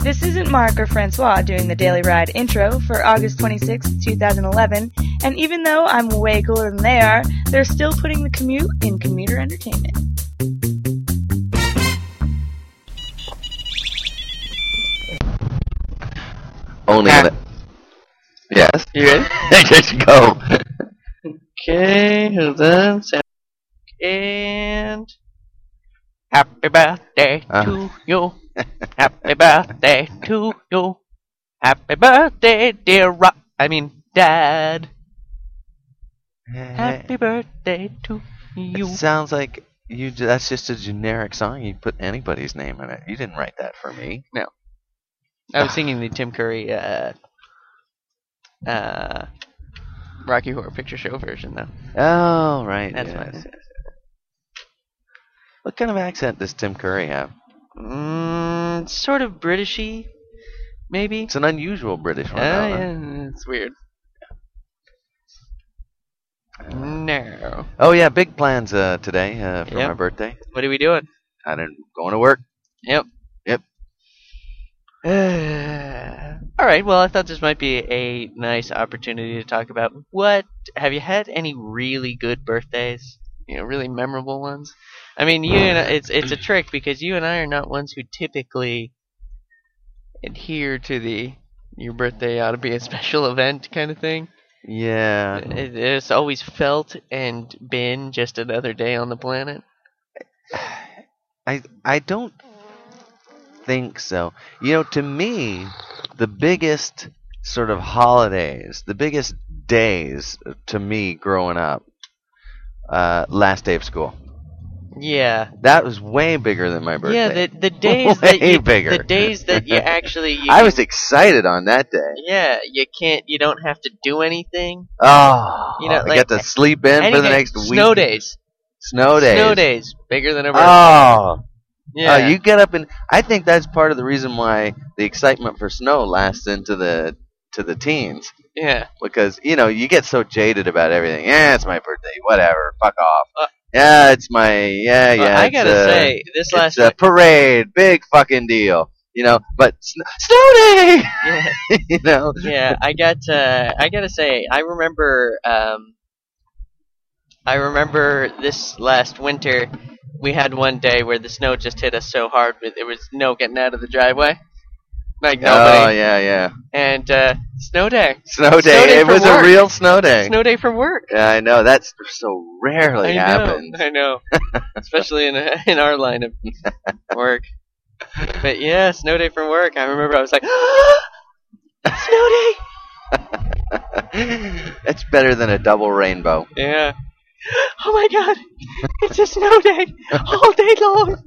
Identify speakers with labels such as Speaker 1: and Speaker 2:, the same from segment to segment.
Speaker 1: This isn't Mark or Francois doing the Daily Ride intro for August 26, 2011, and even though I'm way cooler than they are, they're still putting the commute in commuter entertainment.
Speaker 2: Only
Speaker 3: Ah.
Speaker 2: on a- Yes?
Speaker 3: You ready?
Speaker 2: Just go.
Speaker 3: Okay, hold on. Sound- And happy birthday
Speaker 2: Ah.
Speaker 3: to you. Happy birthday to you. Happy birthday, dear Ro- I mean, Dad. Happy birthday to
Speaker 2: It
Speaker 3: you.
Speaker 2: sounds like you. ju- That's just a generic song. You put anybody's name in it. You didn't write that for me.
Speaker 3: I was singing the Tim Curry, uh, uh, Rocky Horror Picture Show version, though.
Speaker 2: Oh, right.
Speaker 3: That's
Speaker 2: yes,
Speaker 3: what I
Speaker 2: yes, yes. What kind of accent does Tim Curry have?
Speaker 3: Mm, sort of Britishy, maybe.
Speaker 2: It's an unusual British one.
Speaker 3: Ah,
Speaker 2: though, huh?
Speaker 3: yeah, it's weird. No.
Speaker 2: Oh yeah, big plans uh, today uh, for
Speaker 3: Yep.
Speaker 2: my birthday.
Speaker 3: What are we doing?
Speaker 2: I didn't going to work.
Speaker 3: Yep.
Speaker 2: Yep.
Speaker 3: All right. Well, I thought this might be a nice opportunity to talk about what have you had any really good birthdays? You know, really memorable ones. I mean, you and I- it's it's a trick because you and I are not ones who typically adhere to the your birthday ought to be a special event kind of thing.
Speaker 2: Yeah.
Speaker 3: It, it's always felt and been just another day on the planet.
Speaker 2: I I don't think so. You know, to me, the biggest sort of holidays, the biggest days to me growing up, uh, last day of school.
Speaker 3: Yeah,
Speaker 2: That was way bigger than my birthday.
Speaker 3: yeah. The the days that
Speaker 2: Way
Speaker 3: you,
Speaker 2: bigger.
Speaker 3: the days that you actually you
Speaker 2: I
Speaker 3: can-
Speaker 2: was excited on that day.
Speaker 3: yeah you can't you don't have to do anything.
Speaker 2: Oh,
Speaker 3: You know,
Speaker 2: I
Speaker 3: like,
Speaker 2: got to sleep in for the
Speaker 3: Anything-
Speaker 2: next week.
Speaker 3: snow days,
Speaker 2: Snow days.
Speaker 3: snow days, bigger than a birthday.
Speaker 2: Oh,
Speaker 3: yeah,
Speaker 2: oh, you get up and I think that's part of the reason why the excitement for snow lasts into the to the teens
Speaker 3: yeah.
Speaker 2: because you know you get so jaded about everything. Yeah, it's my birthday. Whatever. Fuck off.
Speaker 3: Uh,
Speaker 2: yeah, it's my yeah yeah.
Speaker 3: Well, I
Speaker 2: it's
Speaker 3: gotta
Speaker 2: a-
Speaker 3: say this
Speaker 2: it's
Speaker 3: last
Speaker 2: uh, a parade, big fucking deal. You know, but sn- snow day.
Speaker 3: yeah.
Speaker 2: you know.
Speaker 3: yeah, I got. Uh, I gotta say, I remember. Um, I remember this last winter. We had one day where the snow just hit us so hard, with there was no getting out of the driveway, like
Speaker 2: Oh
Speaker 3: nobody.
Speaker 2: yeah yeah.
Speaker 3: And uh, snow day,
Speaker 2: Snow day.
Speaker 3: day
Speaker 2: it
Speaker 3: from
Speaker 2: was
Speaker 3: work.
Speaker 2: a real snow day.
Speaker 3: snow day from work.
Speaker 2: yeah, I know. That's so rarely
Speaker 3: I
Speaker 2: happens.
Speaker 3: know, I know, especially in in our line of work. But yeah, snow day from work. I remember I was like, snow day.
Speaker 2: That's better than a double rainbow.
Speaker 3: Yeah. Oh my god! It's a snow day all day long.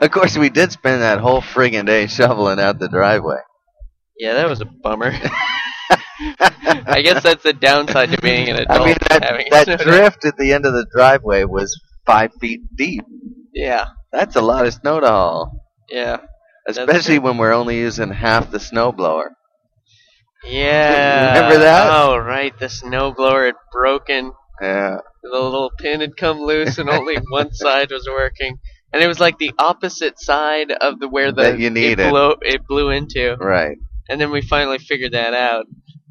Speaker 2: Of course, we did spend that whole friggin' day shoveling out the driveway.
Speaker 3: Yeah, that was a bummer. I guess that's the downside to being an adult.
Speaker 2: I mean, that,
Speaker 3: having a snow
Speaker 2: that
Speaker 3: day.
Speaker 2: drift at the end of the driveway was five feet deep.
Speaker 3: Yeah,
Speaker 2: That's a lot of snow to haul,
Speaker 3: yeah,
Speaker 2: especially when we're only using half the snow blower.
Speaker 3: yeah.
Speaker 2: Remember that?
Speaker 3: Oh right, the snowblower had broken.
Speaker 2: Yeah.
Speaker 3: The little pin had come loose, and only one side was working. And it was like the opposite side of the where the
Speaker 2: That you
Speaker 3: it
Speaker 2: needed.
Speaker 3: blew, it blew into.
Speaker 2: Right.
Speaker 3: And then we finally figured that out.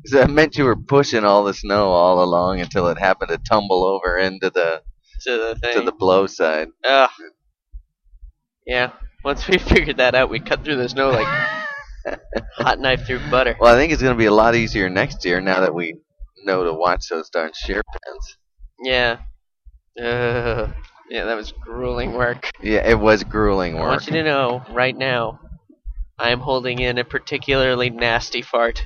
Speaker 2: So that meant you were pushing all the snow all along until it happened to tumble over into the
Speaker 3: To the thing.
Speaker 2: to the blow side.
Speaker 3: Ugh. Yeah. Once we figured that out, we cut through the snow like hot knife through butter.
Speaker 2: Well, I think it's going to be a lot easier next year now that we know to watch those darn shear pins.
Speaker 3: Yeah. Ugh. Yeah, that was grueling work.
Speaker 2: Yeah, it was grueling
Speaker 3: I
Speaker 2: work.
Speaker 3: want you to know right now, I am holding in a particularly nasty fart.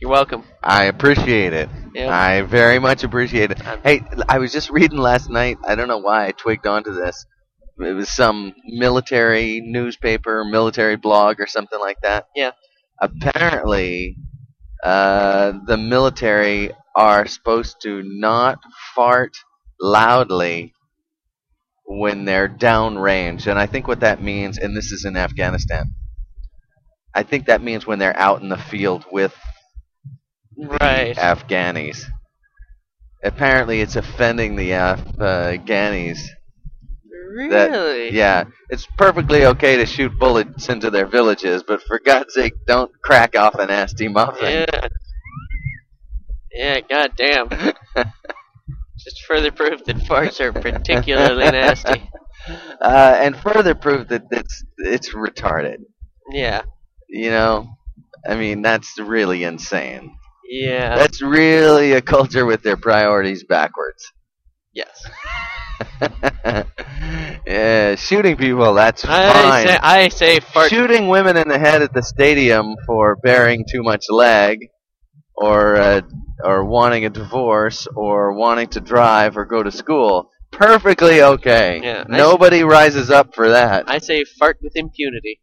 Speaker 3: You're welcome.
Speaker 2: I appreciate it.
Speaker 3: Yeah.
Speaker 2: I very much appreciate it.
Speaker 3: Um,
Speaker 2: Hey, I was just reading last night. I don't know why I twigged onto this. It was some military newspaper, military blog, or something like that.
Speaker 3: Yeah.
Speaker 2: Apparently, uh, the military are supposed to not fart loudly when they're downrange. And I think what that means, and this is in Afghanistan, I think that means when they're out in the field with
Speaker 3: right.
Speaker 2: Ah. Afghanis. Apparently, it's offending the Afghanis that-
Speaker 3: Really?
Speaker 2: Yeah, it's perfectly okay to shoot bullets into their villages, but for God's sake, don't crack off a nasty muffin.
Speaker 3: Yeah. Yeah, goddamn. Just further proof that farts are particularly nasty.
Speaker 2: Uh, and further proof that it's it's retarded.
Speaker 3: Yeah.
Speaker 2: You know, I mean that's really insane.
Speaker 3: Yeah.
Speaker 2: That's really a culture with their priorities backwards.
Speaker 3: yes.
Speaker 2: yeah, shooting people, that's
Speaker 3: I
Speaker 2: fine.
Speaker 3: say, I say fart.
Speaker 2: Shooting women in the head at the stadium for bearing too much leg, or uh, or wanting a divorce, or wanting to drive or go to school, perfectly okay.
Speaker 3: Yeah, I-
Speaker 2: Nobody rises up for that.
Speaker 3: I say fart with impunity.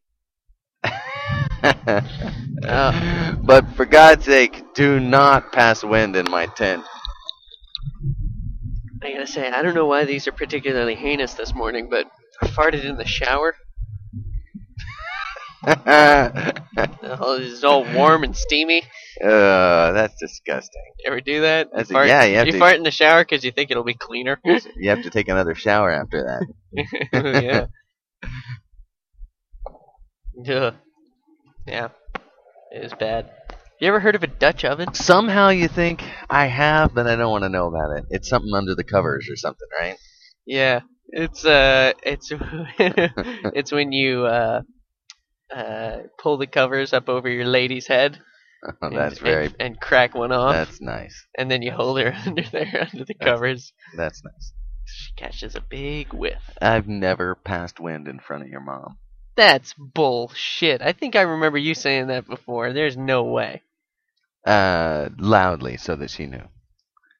Speaker 3: Oh.
Speaker 2: but for God's sake, do not pass wind in my tent.
Speaker 3: I gotta say, I don't know why these are particularly heinous this morning, but I farted in the shower.
Speaker 2: uh,
Speaker 3: Oh, it's all warm and steamy.
Speaker 2: that's disgusting.
Speaker 3: You ever do that?
Speaker 2: That's a-
Speaker 3: fart,
Speaker 2: yeah, you have
Speaker 3: you
Speaker 2: to-
Speaker 3: fart in the shower because you think it'll be cleaner.
Speaker 2: You have to take another shower after that.
Speaker 3: yeah. Ugh. Yeah. It was bad. You ever heard of a Dutch oven?
Speaker 2: somehow you think I have, but I don't want to know about it. It's something under the covers or something, right?
Speaker 3: Yeah. It's uh it's it's when you uh uh pull the covers up over your lady's head
Speaker 2: Oh,
Speaker 3: and-
Speaker 2: that's
Speaker 3: and,
Speaker 2: very.
Speaker 3: and crack one off
Speaker 2: That's nice.
Speaker 3: and then you hold her under there under the covers.
Speaker 2: That's nice.
Speaker 3: She catches a big whiff.
Speaker 2: I've never passed wind in front of your mom.
Speaker 3: That's bullshit. I think I remember you saying that before. There's no way.
Speaker 2: Uh, loudly so that she knew.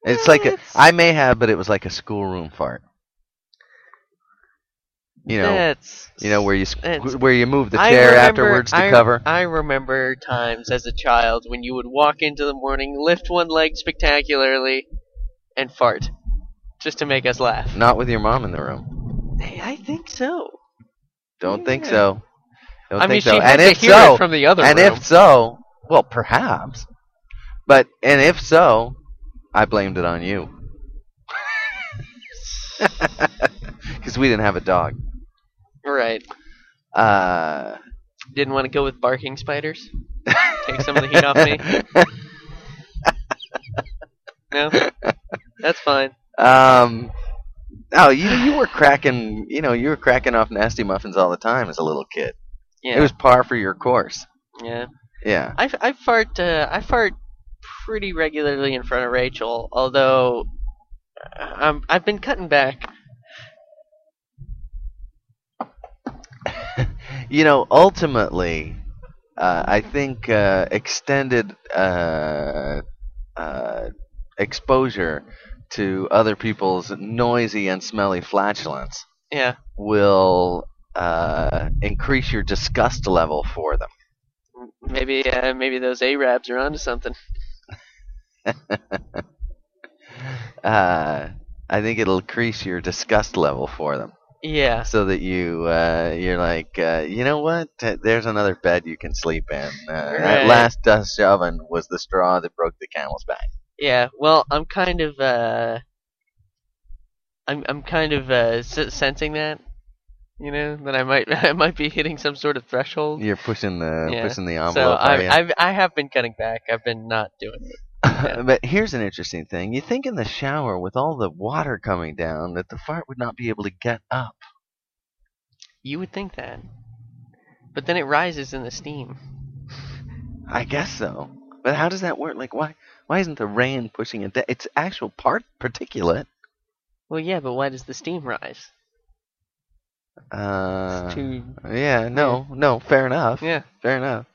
Speaker 2: It's like a,
Speaker 3: That's-
Speaker 2: I may have, but it was like a schoolroom fart. You know,
Speaker 3: That's
Speaker 2: you know where you
Speaker 3: that's-
Speaker 2: squ- where you move the
Speaker 3: I
Speaker 2: chair
Speaker 3: remember-
Speaker 2: afterwards to
Speaker 3: I,
Speaker 2: cover.
Speaker 3: I remember times as a child when you would walk into the morning, lift one leg spectacularly, and fart, just to make us laugh.
Speaker 2: Not with your mom in the room.
Speaker 3: Hey, I think so.
Speaker 2: Don't think
Speaker 3: Yeah.
Speaker 2: so. Don't
Speaker 3: I
Speaker 2: think
Speaker 3: mean,
Speaker 2: so.
Speaker 3: she had
Speaker 2: and
Speaker 3: to
Speaker 2: if
Speaker 3: hear
Speaker 2: so,
Speaker 3: it from the other
Speaker 2: and
Speaker 3: room.
Speaker 2: if so, well, perhaps. But and if so, I blamed it on you. Because we didn't have a dog.
Speaker 3: right,
Speaker 2: Uh,
Speaker 3: didn't want to go with barking spiders. Take some of the heat off me. No, that's fine.
Speaker 2: Um, oh, you you were cracking. You know, you were cracking off nasty muffins all the time as a little kid.
Speaker 3: Yeah,
Speaker 2: It was par for your course.
Speaker 3: yeah.
Speaker 2: Yeah.
Speaker 3: I, I fart uh, I fart pretty regularly in front of Rachel, although um, I've been cutting back.
Speaker 2: You know, ultimately, uh, I think uh, extended uh, uh, exposure to other people's noisy and smelly flatulence
Speaker 3: Yeah,
Speaker 2: will uh, increase your disgust level for them.
Speaker 3: maybe uh, maybe those Arabs are onto something.
Speaker 2: Uh, I think it'll increase your disgust level for them,
Speaker 3: Yeah,
Speaker 2: so that you uh, you're like, uh, you know what? Th- There's another bed you can sleep in. Uh, That
Speaker 3: Right.
Speaker 2: last dust oven was the straw that broke the camel's back.
Speaker 3: yeah. Well, I'm kind of uh, I'm I'm kind of uh, s- sensing that, you know, that I might I might be hitting some sort of threshold.
Speaker 2: You're pushing the
Speaker 3: Yeah.
Speaker 2: pushing the envelope.
Speaker 3: so
Speaker 2: are
Speaker 3: I
Speaker 2: you?
Speaker 3: I've, I have been cutting back. I've been not doing it. yeah.
Speaker 2: but here's an interesting thing. You think in the shower with all the water coming down that the fart would not be able to get up.
Speaker 3: You would think that, but then it rises in the steam.
Speaker 2: I guess so. But how does that work? Like why why isn't the rain pushing it down? It's actual part particulate.
Speaker 3: Well, yeah, but why does the steam rise? It's
Speaker 2: Uh,
Speaker 3: too.
Speaker 2: yeah, no, no, fair enough.
Speaker 3: Yeah,
Speaker 2: Fair enough.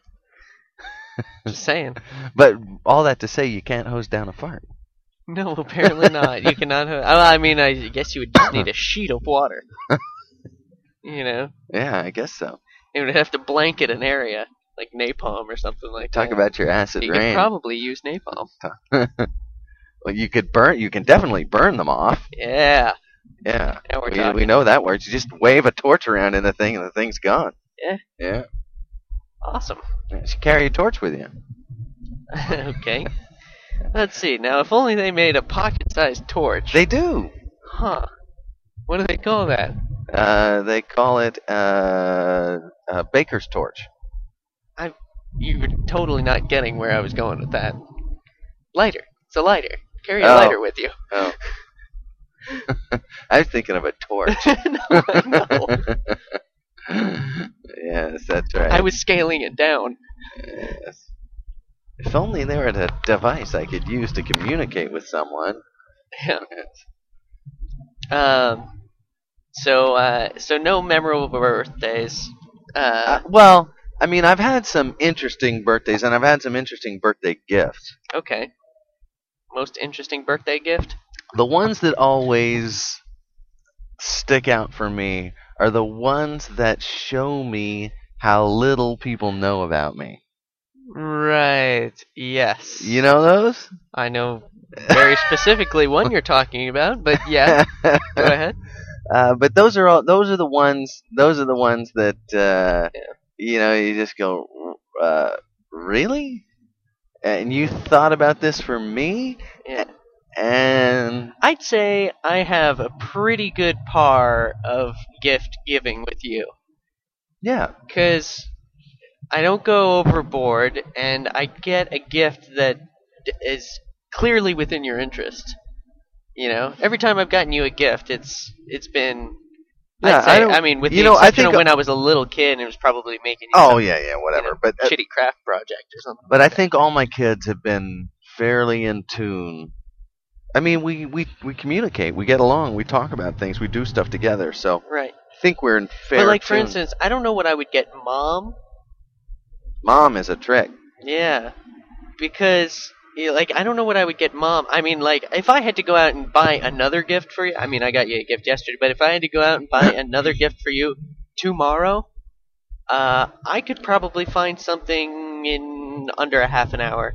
Speaker 3: just saying.
Speaker 2: But all that to say you can't hose down a fart.
Speaker 3: No, apparently not. You cannot. Have, well, I mean, I guess you would just need a sheet of water. You know,
Speaker 2: Yeah, I guess so.
Speaker 3: it would have to blanket an area like napalm or something like
Speaker 2: Talk
Speaker 3: that.
Speaker 2: about your acid
Speaker 3: you
Speaker 2: rain.
Speaker 3: could probably use napalm.
Speaker 2: well, you could burn you can definitely burn them off.
Speaker 3: Yeah,
Speaker 2: Yeah.
Speaker 3: now we're
Speaker 2: We,
Speaker 3: talking.
Speaker 2: we know that works. You just wave a torch around in the thing, and the thing's gone.
Speaker 3: Yeah.
Speaker 2: Yeah.
Speaker 3: Awesome.
Speaker 2: You should carry a torch with you.
Speaker 3: okay. Let's see. Now, if only they made a pocket-sized torch.
Speaker 2: They do.
Speaker 3: Huh. What do they call that?
Speaker 2: Uh, they call it uh, a baker's torch.
Speaker 3: You were totally not getting where I was going with that. Lighter. It's a lighter. Carry a
Speaker 2: Oh.
Speaker 3: lighter with you.
Speaker 2: Oh. I was thinking of a torch.
Speaker 3: no, no.
Speaker 2: yes, that's right.
Speaker 3: I was scaling it down.
Speaker 2: Yes. If only there were a device I could use to communicate with someone.
Speaker 3: Yeah. Um. So, uh, so no memorable birthdays. Uh,
Speaker 2: Uh, well, I mean, I've had some interesting birthdays, and I've had some interesting birthday gifts.
Speaker 3: okay. Most interesting birthday gift?
Speaker 2: The ones that always stick out for me are the ones that show me how little people know about me.
Speaker 3: Right. Yes.
Speaker 2: You know those?
Speaker 3: I know very specifically one you're talking about, but yeah. Go ahead.
Speaker 2: Uh, but those are all. Those are the ones. Those are the ones that uh,
Speaker 3: Yeah.
Speaker 2: you know. You just go, uh, really? And you thought about this for me?
Speaker 3: Yeah.
Speaker 2: And
Speaker 3: I'd say I have a pretty good par of gift giving with you.
Speaker 2: yeah,
Speaker 3: because I don't go overboard, and I get a gift that d- is clearly within your interest. You know, every time I've gotten you a gift, it's it's been.
Speaker 2: Yeah,
Speaker 3: I'd say,
Speaker 2: I
Speaker 3: I,
Speaker 2: don't-
Speaker 3: mean, with
Speaker 2: you
Speaker 3: the
Speaker 2: know, I
Speaker 3: exception
Speaker 2: think
Speaker 3: of when I was a little kid, and it was probably making you
Speaker 2: oh
Speaker 3: some
Speaker 2: yeah, yeah, whatever. But uh,
Speaker 3: shitty craft project or something.
Speaker 2: but I think all my kids have been fairly in tune. I mean, we, we, we communicate, we get along, we talk about things, we do stuff together. So
Speaker 3: Right.
Speaker 2: I think we're in fair.
Speaker 3: but like for
Speaker 2: tune.
Speaker 3: instance, I don't know what I would get mom.
Speaker 2: mom is a trick.
Speaker 3: Yeah, because you know, like I don't know what I would get mom. I mean, like if I had to go out and buy another gift for you, I mean I got you a gift yesterday, but if I had to go out and buy another gift for you tomorrow, uh, I could probably find something in under a half an hour.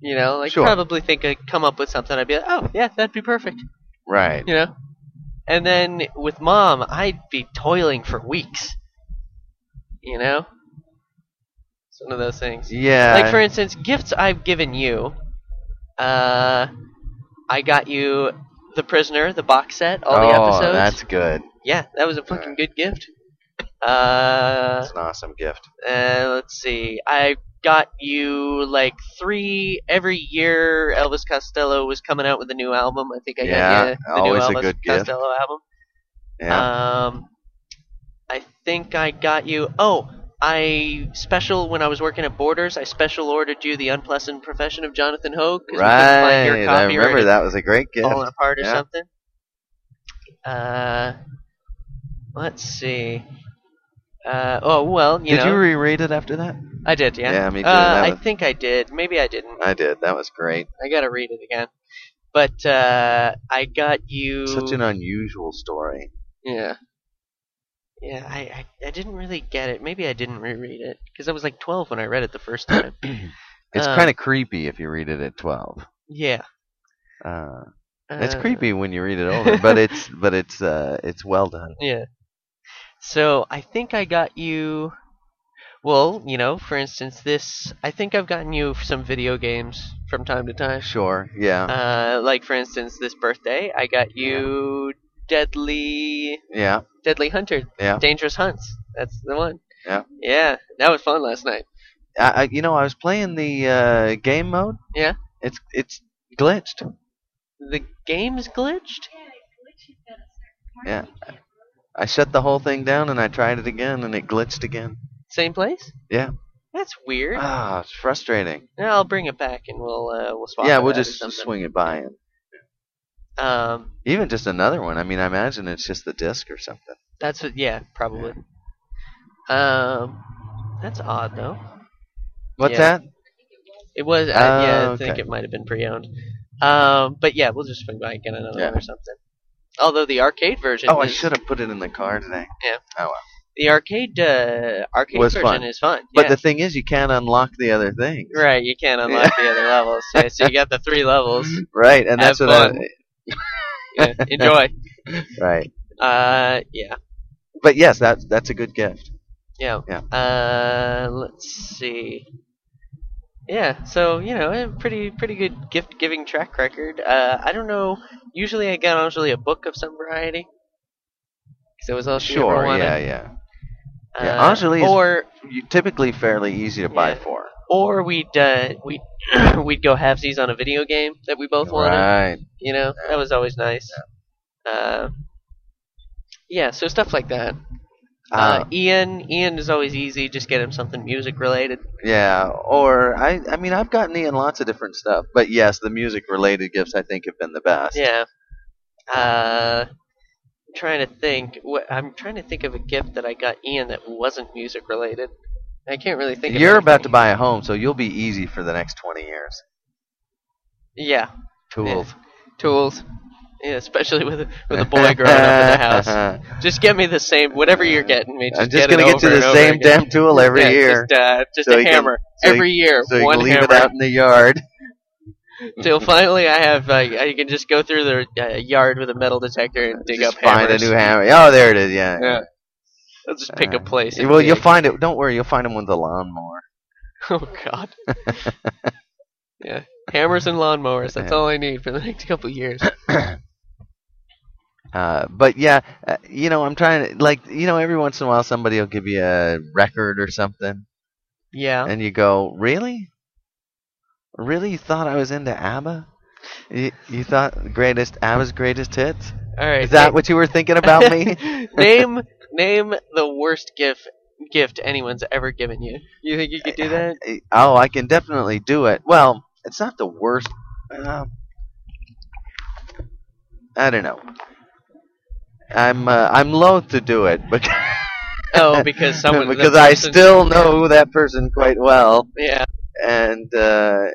Speaker 3: You know, like
Speaker 2: Sure.
Speaker 3: probably think I come up with something. I'd be like, oh yeah, that'd be perfect.
Speaker 2: Right.
Speaker 3: You know. And then with mom, I'd be toiling for weeks. You know. It's one of those things.
Speaker 2: Yeah.
Speaker 3: Like for instance, gifts I've given you. Uh, I got you The Prisoner, the box set, all the
Speaker 2: oh,
Speaker 3: episodes. Uh,
Speaker 2: that's good.
Speaker 3: Yeah, that was a fucking good gift. Uh,
Speaker 2: That's an awesome gift.
Speaker 3: uh, let's see. I got you like three every year. Elvis Costello was coming out with a new album. I think I
Speaker 2: Yeah,
Speaker 3: got you the
Speaker 2: always a
Speaker 3: new Elvis
Speaker 2: good gift.
Speaker 3: Costello album.
Speaker 2: Yeah.
Speaker 3: Um, I think I got you. Oh, I special when I was working at Borders, I special ordered you the unpleasant profession of Jonathan Hoag. 'cause we couldn't
Speaker 2: right.
Speaker 3: find your Oh,
Speaker 2: I
Speaker 3: copy or
Speaker 2: remember
Speaker 3: it
Speaker 2: that was a great
Speaker 3: had
Speaker 2: gift.
Speaker 3: Fallen apart or
Speaker 2: Yeah.
Speaker 3: something. Uh, let's see. Uh, oh well, you
Speaker 2: did
Speaker 3: know,
Speaker 2: you reread it after that?
Speaker 3: I did, yeah.
Speaker 2: Yeah, me too,
Speaker 3: Uh,
Speaker 2: that
Speaker 3: I
Speaker 2: was-
Speaker 3: think I did. Maybe I didn't.
Speaker 2: I did. That was great.
Speaker 3: I gotta read it again. But uh, I got you.
Speaker 2: Such an unusual story.
Speaker 3: Yeah. Yeah, I, I, I didn't really get it. Maybe I didn't reread it because I was like 12 when I read it the first time.
Speaker 2: It's
Speaker 3: Uh,
Speaker 2: kind of creepy if you read it at 12.
Speaker 3: yeah.
Speaker 2: Uh,
Speaker 3: Uh,
Speaker 2: it's creepy when you read it older, but it's but it's uh, it's well done.
Speaker 3: Yeah. So I think I got you. Well, you know, for instance, this. I think I've gotten you some video games from time to time.
Speaker 2: Sure. Yeah.
Speaker 3: Uh, like for instance, this birthday, I got you Deadly
Speaker 2: yeah.
Speaker 3: Deadly Hunter,
Speaker 2: Yeah.
Speaker 3: Dangerous Hunts. That's the one.
Speaker 2: Yeah.
Speaker 3: Yeah, that was fun last night.
Speaker 2: I, I you know I was playing the uh, game mode.
Speaker 3: Yeah.
Speaker 2: It's it's glitched.
Speaker 3: The game's glitched.
Speaker 2: Yeah. I shut the whole thing down and I tried it again and it glitched again.
Speaker 3: Same place?
Speaker 2: Yeah.
Speaker 3: That's weird.
Speaker 2: Ah, it's frustrating.
Speaker 3: Yeah, I'll bring it back and we'll uh, we'll swap.
Speaker 2: yeah,
Speaker 3: it
Speaker 2: we'll
Speaker 3: out or
Speaker 2: just
Speaker 3: something.
Speaker 2: swing it by and
Speaker 3: Um,
Speaker 2: even just another one. I mean, I imagine it's just the disc or something.
Speaker 3: that's what. Yeah, probably. Um, that's odd though.
Speaker 2: What's
Speaker 3: Yeah.
Speaker 2: that?
Speaker 3: It was. Uh, yeah,
Speaker 2: Oh,
Speaker 3: I think
Speaker 2: okay.
Speaker 3: it might have been pre-owned. Um, but yeah, we'll just swing by and get another
Speaker 2: Yeah.
Speaker 3: one or something. Although the arcade version.
Speaker 2: Oh, I
Speaker 3: is-
Speaker 2: should have put it in the car today.
Speaker 3: The arcade uh, arcade
Speaker 2: Was
Speaker 3: version
Speaker 2: fun.
Speaker 3: is fun.
Speaker 2: But
Speaker 3: yeah.
Speaker 2: the thing is, you can't unlock the other things.
Speaker 3: Right, you can't unlock the other levels. Yeah, so you got the three levels.
Speaker 2: Right, and that's
Speaker 3: Have
Speaker 2: what
Speaker 3: fun.
Speaker 2: I,
Speaker 3: Yeah, enjoy.
Speaker 2: right.
Speaker 3: Uh, yeah.
Speaker 2: But yes, that that's a good gift.
Speaker 3: Yeah.
Speaker 2: Yeah.
Speaker 3: Uh, let's see. Yeah, so you know, a pretty pretty good gift giving track record. Uh, I don't know. Usually, I get usually a book of some variety. because it was all she ever
Speaker 2: Sure,
Speaker 3: wanted.
Speaker 2: yeah, yeah. yeah.
Speaker 3: Uh,
Speaker 2: Honestly, it's-
Speaker 3: or
Speaker 2: You- Typically fairly easy to buy
Speaker 3: Yeah.
Speaker 2: for.
Speaker 3: or we'd uh, we we'd go halfsies on a video game that we both wanted.
Speaker 2: Right.
Speaker 3: You know, that was always nice. Uh, yeah, so stuff like that.
Speaker 2: Uh,
Speaker 3: Uh, Ian, Ian is always easy. Just get him something music related.
Speaker 2: yeah. Or I, I mean, I've gotten Ian lots of different stuff, but yes, the music related gifts I think have been the best.
Speaker 3: Yeah. Uh, I'm trying to think. wh- I'm trying to think of a gift that I got Ian that wasn't music related. I can't really think. of
Speaker 2: You're about to
Speaker 3: anything.
Speaker 2: buy a home, so you'll be easy for the next 20 years.
Speaker 3: Yeah,
Speaker 2: Tools.
Speaker 3: tools. Yeah, especially with a, with a boy growing up in the house. Just get me the same whatever you're getting me. Just
Speaker 2: I'm just
Speaker 3: get it
Speaker 2: gonna get to
Speaker 3: over and
Speaker 2: the
Speaker 3: over
Speaker 2: same
Speaker 3: again.
Speaker 2: damn tool every
Speaker 3: Yeah,
Speaker 2: year,
Speaker 3: Just, uh, just
Speaker 2: So
Speaker 3: a
Speaker 2: you can-
Speaker 3: hammer
Speaker 2: so you-
Speaker 3: every year.
Speaker 2: so you
Speaker 3: one
Speaker 2: can leave
Speaker 3: hammer.
Speaker 2: it out in the yard.
Speaker 3: Till finally, I have like I can just go through the uh, yard with a metal detector and dig
Speaker 2: Uh, just
Speaker 3: up
Speaker 2: find
Speaker 3: hammers.
Speaker 2: a new hammer. Oh, there it is. Yeah.
Speaker 3: Yeah. I'll just pick a place. and
Speaker 2: Well, you'll
Speaker 3: dig.
Speaker 2: find it. Don't worry, you'll find them with the lawnmower.
Speaker 3: Oh God. yeah, hammers and lawnmowers. That's all I need for the next couple of years.
Speaker 2: Uh, but yeah, uh, you know, I'm trying to like, you know, every once in a while somebody will give you a record or something,
Speaker 3: Yeah.
Speaker 2: and you go, "Really? Really? You thought I was into ABBA? You, you thought greatest ABBA's greatest hits?
Speaker 3: All right.
Speaker 2: Is that what you were thinking about me?
Speaker 3: name name the worst gift gift anyone's ever given you. You think you could do that?
Speaker 2: I- Oh, I can definitely do it. Well, it's not the worst. Uh, I don't know. I'm uh, I'm loath to do it because
Speaker 3: Oh, because someone the
Speaker 2: because I
Speaker 3: person-
Speaker 2: still know that person quite well,
Speaker 3: yeah
Speaker 2: and uh,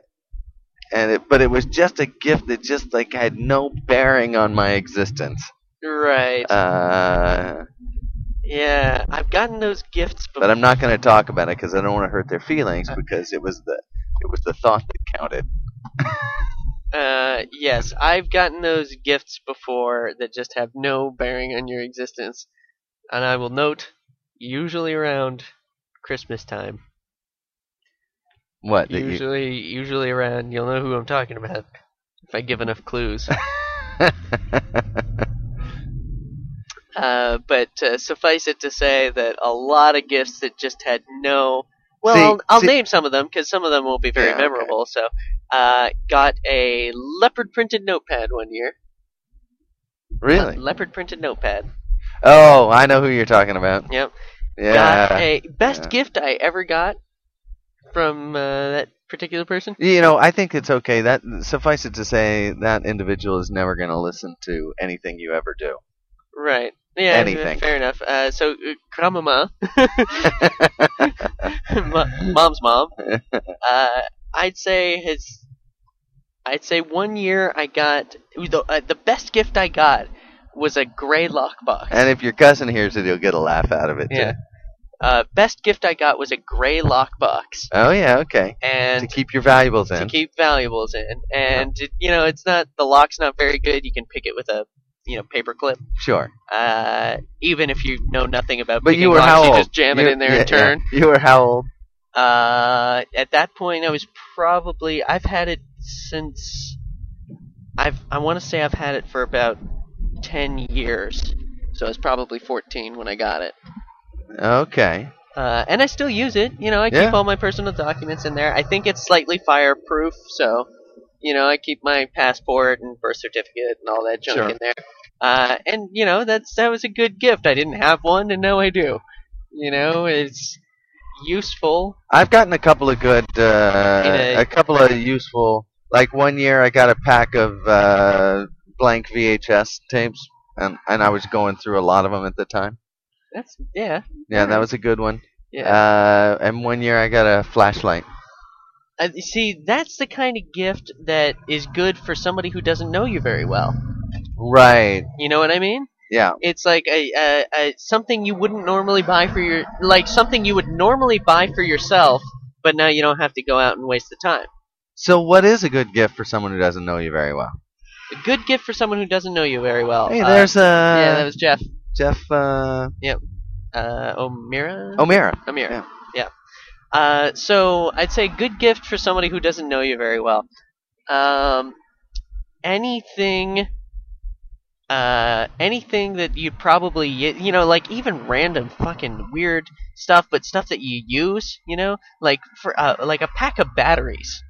Speaker 2: and it, but it was just a gift that just like had no bearing on my existence.
Speaker 3: right
Speaker 2: Uh,
Speaker 3: yeah I've gotten those gifts before.
Speaker 2: but I'm not going to talk about it because I don't want to hurt their feelings because it was the it was the thought that counted.
Speaker 3: Uh, yes, I've gotten those gifts before that just have no bearing on your existence, and I will note, usually around Christmas time.
Speaker 2: What? that you-
Speaker 3: Usually, usually around. You'll know who I'm talking about if I give enough clues. uh, but uh, suffice it to say that a lot of gifts that just had no. Well,
Speaker 2: See-
Speaker 3: I'll, I'll
Speaker 2: see-
Speaker 3: name some of them because some of them won't be very
Speaker 2: Yeah, okay.
Speaker 3: memorable. So, uh, got a leopard printed notepad one year.
Speaker 2: really?
Speaker 3: Leopard printed notepad.
Speaker 2: Oh, I know who you're talking about.
Speaker 3: Yep.
Speaker 2: Yeah.
Speaker 3: got a best
Speaker 2: Yeah.
Speaker 3: gift I ever got from uh, that particular person.
Speaker 2: you know, I think it's okay. That suffice it to say, that individual is never going to listen to anything you ever do.
Speaker 3: Right. Yeah.
Speaker 2: Anything.
Speaker 3: Fair enough. Uh, so, uh, grandmama, Mo- mom's mom. Uh, I'd say his. I'd say one year I got the uh, the best gift I got was a gray lockbox.
Speaker 2: and if your cousin hears it, he'll get a laugh out of it. too.
Speaker 3: yeah. Uh, best gift I got was a gray lockbox,
Speaker 2: Oh yeah. Okay.
Speaker 3: and
Speaker 2: to keep your valuables
Speaker 3: to
Speaker 2: in.
Speaker 3: keep valuables in. And it- you know, it's not the lock's not very good. You can pick it with a you know paper clip.
Speaker 2: sure.
Speaker 3: Uh, even if you know nothing about
Speaker 2: But
Speaker 3: picking
Speaker 2: you were
Speaker 3: locks,
Speaker 2: how
Speaker 3: you
Speaker 2: old?
Speaker 3: just jam
Speaker 2: You-
Speaker 3: it in there
Speaker 2: yeah,
Speaker 3: and turn.
Speaker 2: yeah. You were how old?
Speaker 3: Uh, at that point, I was probably I've had it since I've I want to say I've had it for about ten years. So I was probably 14 when I got it.
Speaker 2: Okay.
Speaker 3: Uh, and I still use it. You know, I
Speaker 2: Yeah.
Speaker 3: keep all my personal documents in there. I think it's slightly fireproof, so you know, I keep my passport and birth certificate and all that junk
Speaker 2: Sure.
Speaker 3: in there. Uh, and you know, that's that was a good gift. I didn't have one, and now I do. You know, it's useful.
Speaker 2: I've gotten a couple of good, uh,
Speaker 3: Yeah.
Speaker 2: a couple of useful. Like one year, I got a pack of uh, blank VHS tapes, and and I was going through a lot of them at the time.
Speaker 3: That's yeah,
Speaker 2: Yeah, that was a good one.
Speaker 3: yeah.
Speaker 2: Uh, and one year, I got a flashlight.
Speaker 3: Uh, you see, that's the kind of gift that is good for somebody who doesn't know you very well.
Speaker 2: Right.
Speaker 3: You know what I mean?
Speaker 2: Yeah.
Speaker 3: it's like a, a, a something you wouldn't normally buy for your like something you would normally buy for yourself but now you don't have to go out and waste the time
Speaker 2: So, what is a good gift for someone who doesn't know you very well?
Speaker 3: a good gift for someone who doesn't know you very well
Speaker 2: Hey,
Speaker 3: Uh,
Speaker 2: there's uh,
Speaker 3: yeah that was jeff
Speaker 2: Jeff uh,
Speaker 3: uh, omira
Speaker 2: O'Meara.
Speaker 3: omira
Speaker 2: yeah.
Speaker 3: yeah. Uh, so i'd say good gift for somebody who doesn't know you very well um, anything uh, anything that you probably y- you know like even random fucking weird stuff, but stuff that you use, you know, like for uh, like a pack of batteries.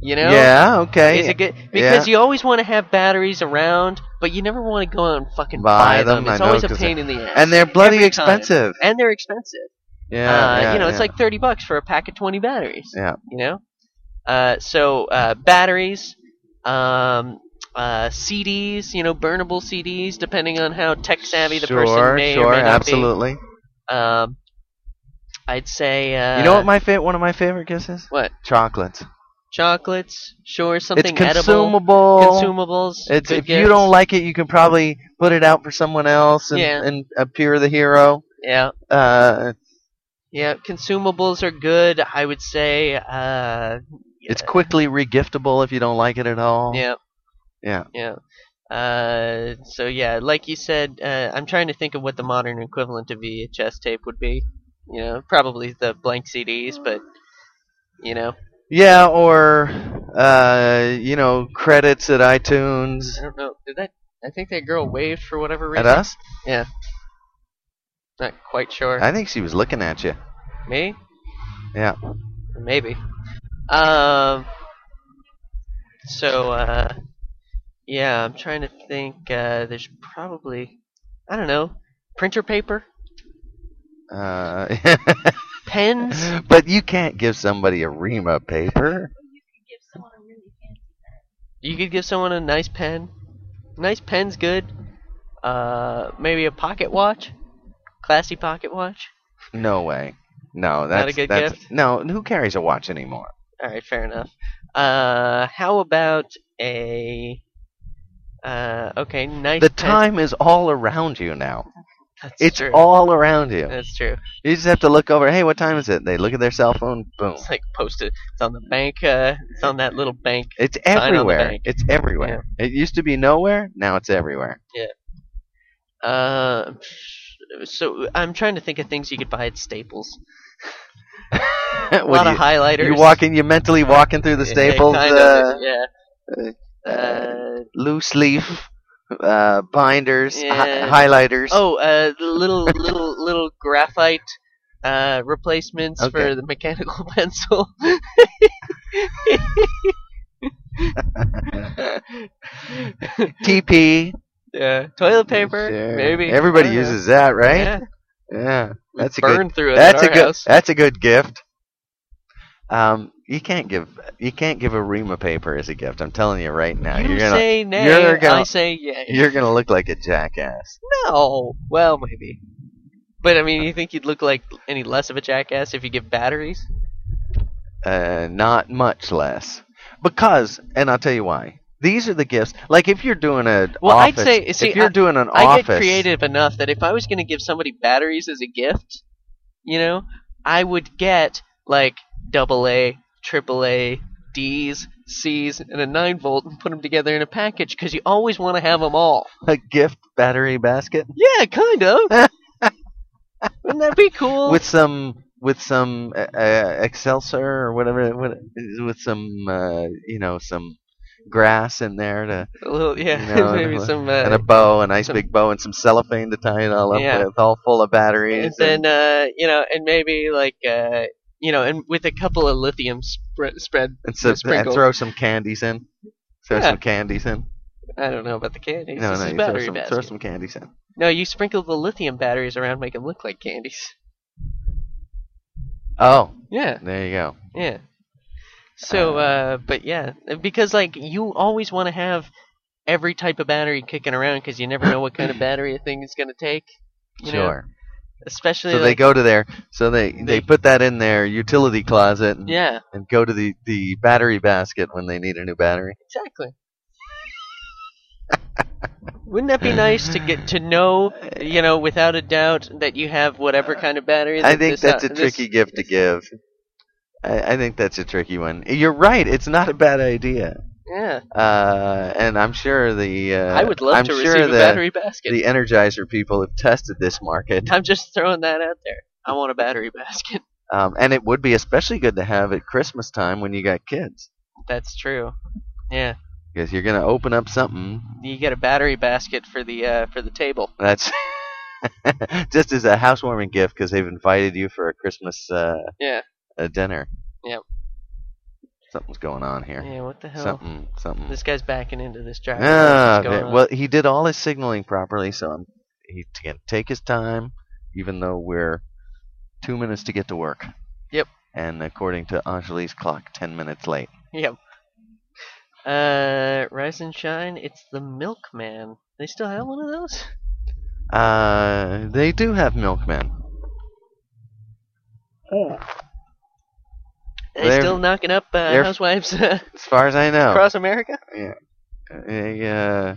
Speaker 3: You know,
Speaker 2: yeah. Okay.
Speaker 3: Is it good? Because you always want to have batteries around, but you never want to go out and fucking
Speaker 2: Buy
Speaker 3: buy,
Speaker 2: them, I
Speaker 3: It's
Speaker 2: know,
Speaker 3: always a
Speaker 2: 'cause
Speaker 3: pain in the ass.
Speaker 2: and they're bloody
Speaker 3: Every time.
Speaker 2: expensive.
Speaker 3: And they're expensive.
Speaker 2: Yeah,
Speaker 3: uh,
Speaker 2: yeah,
Speaker 3: you know, it's
Speaker 2: yeah.
Speaker 3: like thirty bucks for a pack of twenty batteries.
Speaker 2: Yeah.
Speaker 3: You know, uh, so uh, batteries, um, uh, CDs, you know, burnable CDs, depending on how tech savvy the
Speaker 2: sure,
Speaker 3: person may
Speaker 2: sure,
Speaker 3: or may not
Speaker 2: absolutely.
Speaker 3: be. Um, I'd say. Uh,
Speaker 2: you know what my fa- one of my favorite kisses?
Speaker 3: What?
Speaker 2: Chocolates.
Speaker 3: Chocolates, sure, something
Speaker 2: it's consumable.
Speaker 3: edible, consumables.
Speaker 2: It's
Speaker 3: good
Speaker 2: if you don't
Speaker 3: gifts.
Speaker 2: like it, you can probably put it out for someone else and,
Speaker 3: Yeah.
Speaker 2: and appear the hero.
Speaker 3: Yeah.
Speaker 2: Uh,
Speaker 3: Yeah, consumables are good. I would say. Uh,
Speaker 2: It's quickly regiftable if you don't like it at all.
Speaker 3: Yeah.
Speaker 2: Yeah.
Speaker 3: Yeah. Uh, so yeah, like you said, uh, I'm trying to think of what the modern equivalent of VHS tape would be. You know, probably the blank CDs, but you know,
Speaker 2: Yeah, or uh, you know, credits at iTunes
Speaker 3: I don't know. Did that? I think that girl waved for whatever
Speaker 2: at
Speaker 3: reason.
Speaker 2: us.
Speaker 3: Not quite sure.
Speaker 2: I think she was looking at you.
Speaker 3: Me?
Speaker 2: Yeah.
Speaker 3: Maybe. Um. So, uh, yeah, I'm trying to think. Uh, there's probably, I don't know, printer paper,
Speaker 2: Uh,
Speaker 3: pens.
Speaker 2: but you can't give somebody a ream of paper.
Speaker 1: Give someone a really fancy
Speaker 3: You could give someone a nice pen. Nice pen's good. Uh, maybe a pocket watch. Classy pocket watch.
Speaker 2: No way. No, that's
Speaker 3: a good
Speaker 2: that's,
Speaker 3: gift?
Speaker 2: No, who carries a watch anymore?
Speaker 3: All right, fair enough. Uh, how about a? Uh, okay, nice.
Speaker 2: The
Speaker 3: pen.
Speaker 2: time is all around you now.
Speaker 3: That's
Speaker 2: It's
Speaker 3: true.
Speaker 2: all around you.
Speaker 3: That's true.
Speaker 2: You just have to look over. Hey, what time is it? They look at their cell phone. Boom.
Speaker 3: It's like posted. It's on the bank. Uh, it's on that little bank.
Speaker 2: It's
Speaker 3: on the
Speaker 2: everywhere.
Speaker 3: bank.
Speaker 2: It's everywhere. It used to be nowhere. Now it's everywhere.
Speaker 3: Uh, so I'm trying to think of things you could buy at Staples. A
Speaker 2: What
Speaker 3: lot
Speaker 2: do
Speaker 3: of
Speaker 2: you-
Speaker 3: highlighters.
Speaker 2: You're walking, you're mentally walking through the
Speaker 3: Yeah,
Speaker 2: Staples
Speaker 3: kind
Speaker 2: uh,
Speaker 3: of, yeah. Uh,
Speaker 2: loose leaf uh, binders,
Speaker 3: Yeah.
Speaker 2: hi- highlighters.
Speaker 3: Oh, uh, the little little little graphite uh, replacements
Speaker 2: Okay.
Speaker 3: for the mechanical pencil.
Speaker 2: TP.
Speaker 3: yeah, toilet paper,
Speaker 2: Sure.
Speaker 3: maybe.
Speaker 2: Everybody
Speaker 3: I don't know.
Speaker 2: uses that, right?
Speaker 3: Yeah,
Speaker 2: Yeah.
Speaker 3: we
Speaker 2: That's a good.
Speaker 3: burn through it.
Speaker 2: That's
Speaker 3: at
Speaker 2: a
Speaker 3: our
Speaker 2: good.
Speaker 3: House.
Speaker 2: That's a good gift. Um, you can't give you can't give a ream of paper as a gift. I'm telling you right now.
Speaker 3: you
Speaker 2: are gonna
Speaker 3: say nay,
Speaker 2: you're gonna-
Speaker 3: I say yay.
Speaker 2: you're gonna look like a jackass.
Speaker 3: No, well, maybe. But I mean, you think you'd look like any less of a jackass if you give batteries?
Speaker 2: Uh, not much less. Because, and I'll tell you why. These are the gifts. Like if you're doing a
Speaker 3: Well, I'd
Speaker 2: office,
Speaker 3: say- see,
Speaker 2: if you're
Speaker 3: I-
Speaker 2: doing an
Speaker 3: I
Speaker 2: office,
Speaker 3: get creative enough that if I was going to give somebody batteries as a gift, you know, I would get like double A, triple A, D's, C's, and a nine volt, and put them together in a package because you always want to have them all.
Speaker 2: a gift battery basket
Speaker 3: Yeah, kind of. Wouldn't that be cool?
Speaker 2: with some with some uh, uh, excelsior or whatever, what, with some uh, you know some grass in there to
Speaker 3: a little,
Speaker 2: you
Speaker 3: yeah,
Speaker 2: know,
Speaker 3: maybe
Speaker 2: and a-
Speaker 3: some. Uh,
Speaker 2: and a bow, a nice
Speaker 3: some-
Speaker 2: big bow, and some cellophane to tie it all up
Speaker 3: Yeah.
Speaker 2: with, all full of batteries.
Speaker 3: and then uh, you know, and maybe like uh, you know, and with a couple of lithium spread. spread
Speaker 2: and, so, and
Speaker 3: sprinkles.
Speaker 2: throw some candies in. Throw
Speaker 3: Yeah.
Speaker 2: some candies in.
Speaker 3: I don't know about the candies.
Speaker 2: No,
Speaker 3: this
Speaker 2: no,
Speaker 3: is
Speaker 2: you throw
Speaker 3: battery
Speaker 2: some,
Speaker 3: basket.
Speaker 2: throw some candies in.
Speaker 3: No, you sprinkle the lithium batteries around, make them look like candies.
Speaker 2: Oh,
Speaker 3: Yeah,
Speaker 2: there you go.
Speaker 3: yeah. So,
Speaker 2: Uh,
Speaker 3: uh, but yeah, because like you always want to have every type of battery kicking around because you never know what kind of battery a thing is going to take. You know?
Speaker 2: sure.
Speaker 3: Especially
Speaker 2: So they
Speaker 3: like,
Speaker 2: go to their so they, they
Speaker 3: They-
Speaker 2: put that in their utility closet and,
Speaker 3: yeah,
Speaker 2: and go to the, the battery basket when they need a new battery.
Speaker 3: exactly. Wouldn't that be nice to get to know, you know, without a doubt that you have whatever kind of battery?
Speaker 2: I
Speaker 3: that
Speaker 2: think
Speaker 3: this- uh,
Speaker 2: that's a
Speaker 3: this-
Speaker 2: tricky gift to give. I, I think that's a tricky one. You're right. It's not a bad idea.
Speaker 3: Yeah,
Speaker 2: Uh, and I'm sure the uh,
Speaker 3: I would love
Speaker 2: I'm
Speaker 3: to
Speaker 2: sure
Speaker 3: receive a
Speaker 2: the-
Speaker 3: battery basket.
Speaker 2: the Energizer people have tested this market,
Speaker 3: I'm just throwing that out there. I want a battery basket.
Speaker 2: um, and it would be especially good to have at Christmas time when you got kids.
Speaker 3: That's true. Yeah.
Speaker 2: because you're gonna open up something
Speaker 3: You get a battery basket for the uh, for the table.
Speaker 2: that's just as a housewarming gift because they've invited you for a Christmas uh,
Speaker 3: Yeah.
Speaker 2: uh dinner.
Speaker 3: Yep.
Speaker 2: Something's going on here.
Speaker 3: Yeah. What the hell?
Speaker 2: something, something.
Speaker 3: This guy's backing into this drive.
Speaker 2: Ah, okay. well, he did all his signaling properly, so I'm, he can take his time, even though we're two minutes to get to work.
Speaker 3: Yep.
Speaker 2: And according to Anjali's clock, ten minutes late.
Speaker 3: Yep. Uh, Rise and Shine. It's the Milkman. They still have one of those?
Speaker 2: Uh, they do have milkmen.
Speaker 3: They
Speaker 2: They're-
Speaker 3: still knocking up uh,
Speaker 2: they're-
Speaker 3: housewives uh,
Speaker 2: As far as I know,
Speaker 3: across America?
Speaker 2: they, uh,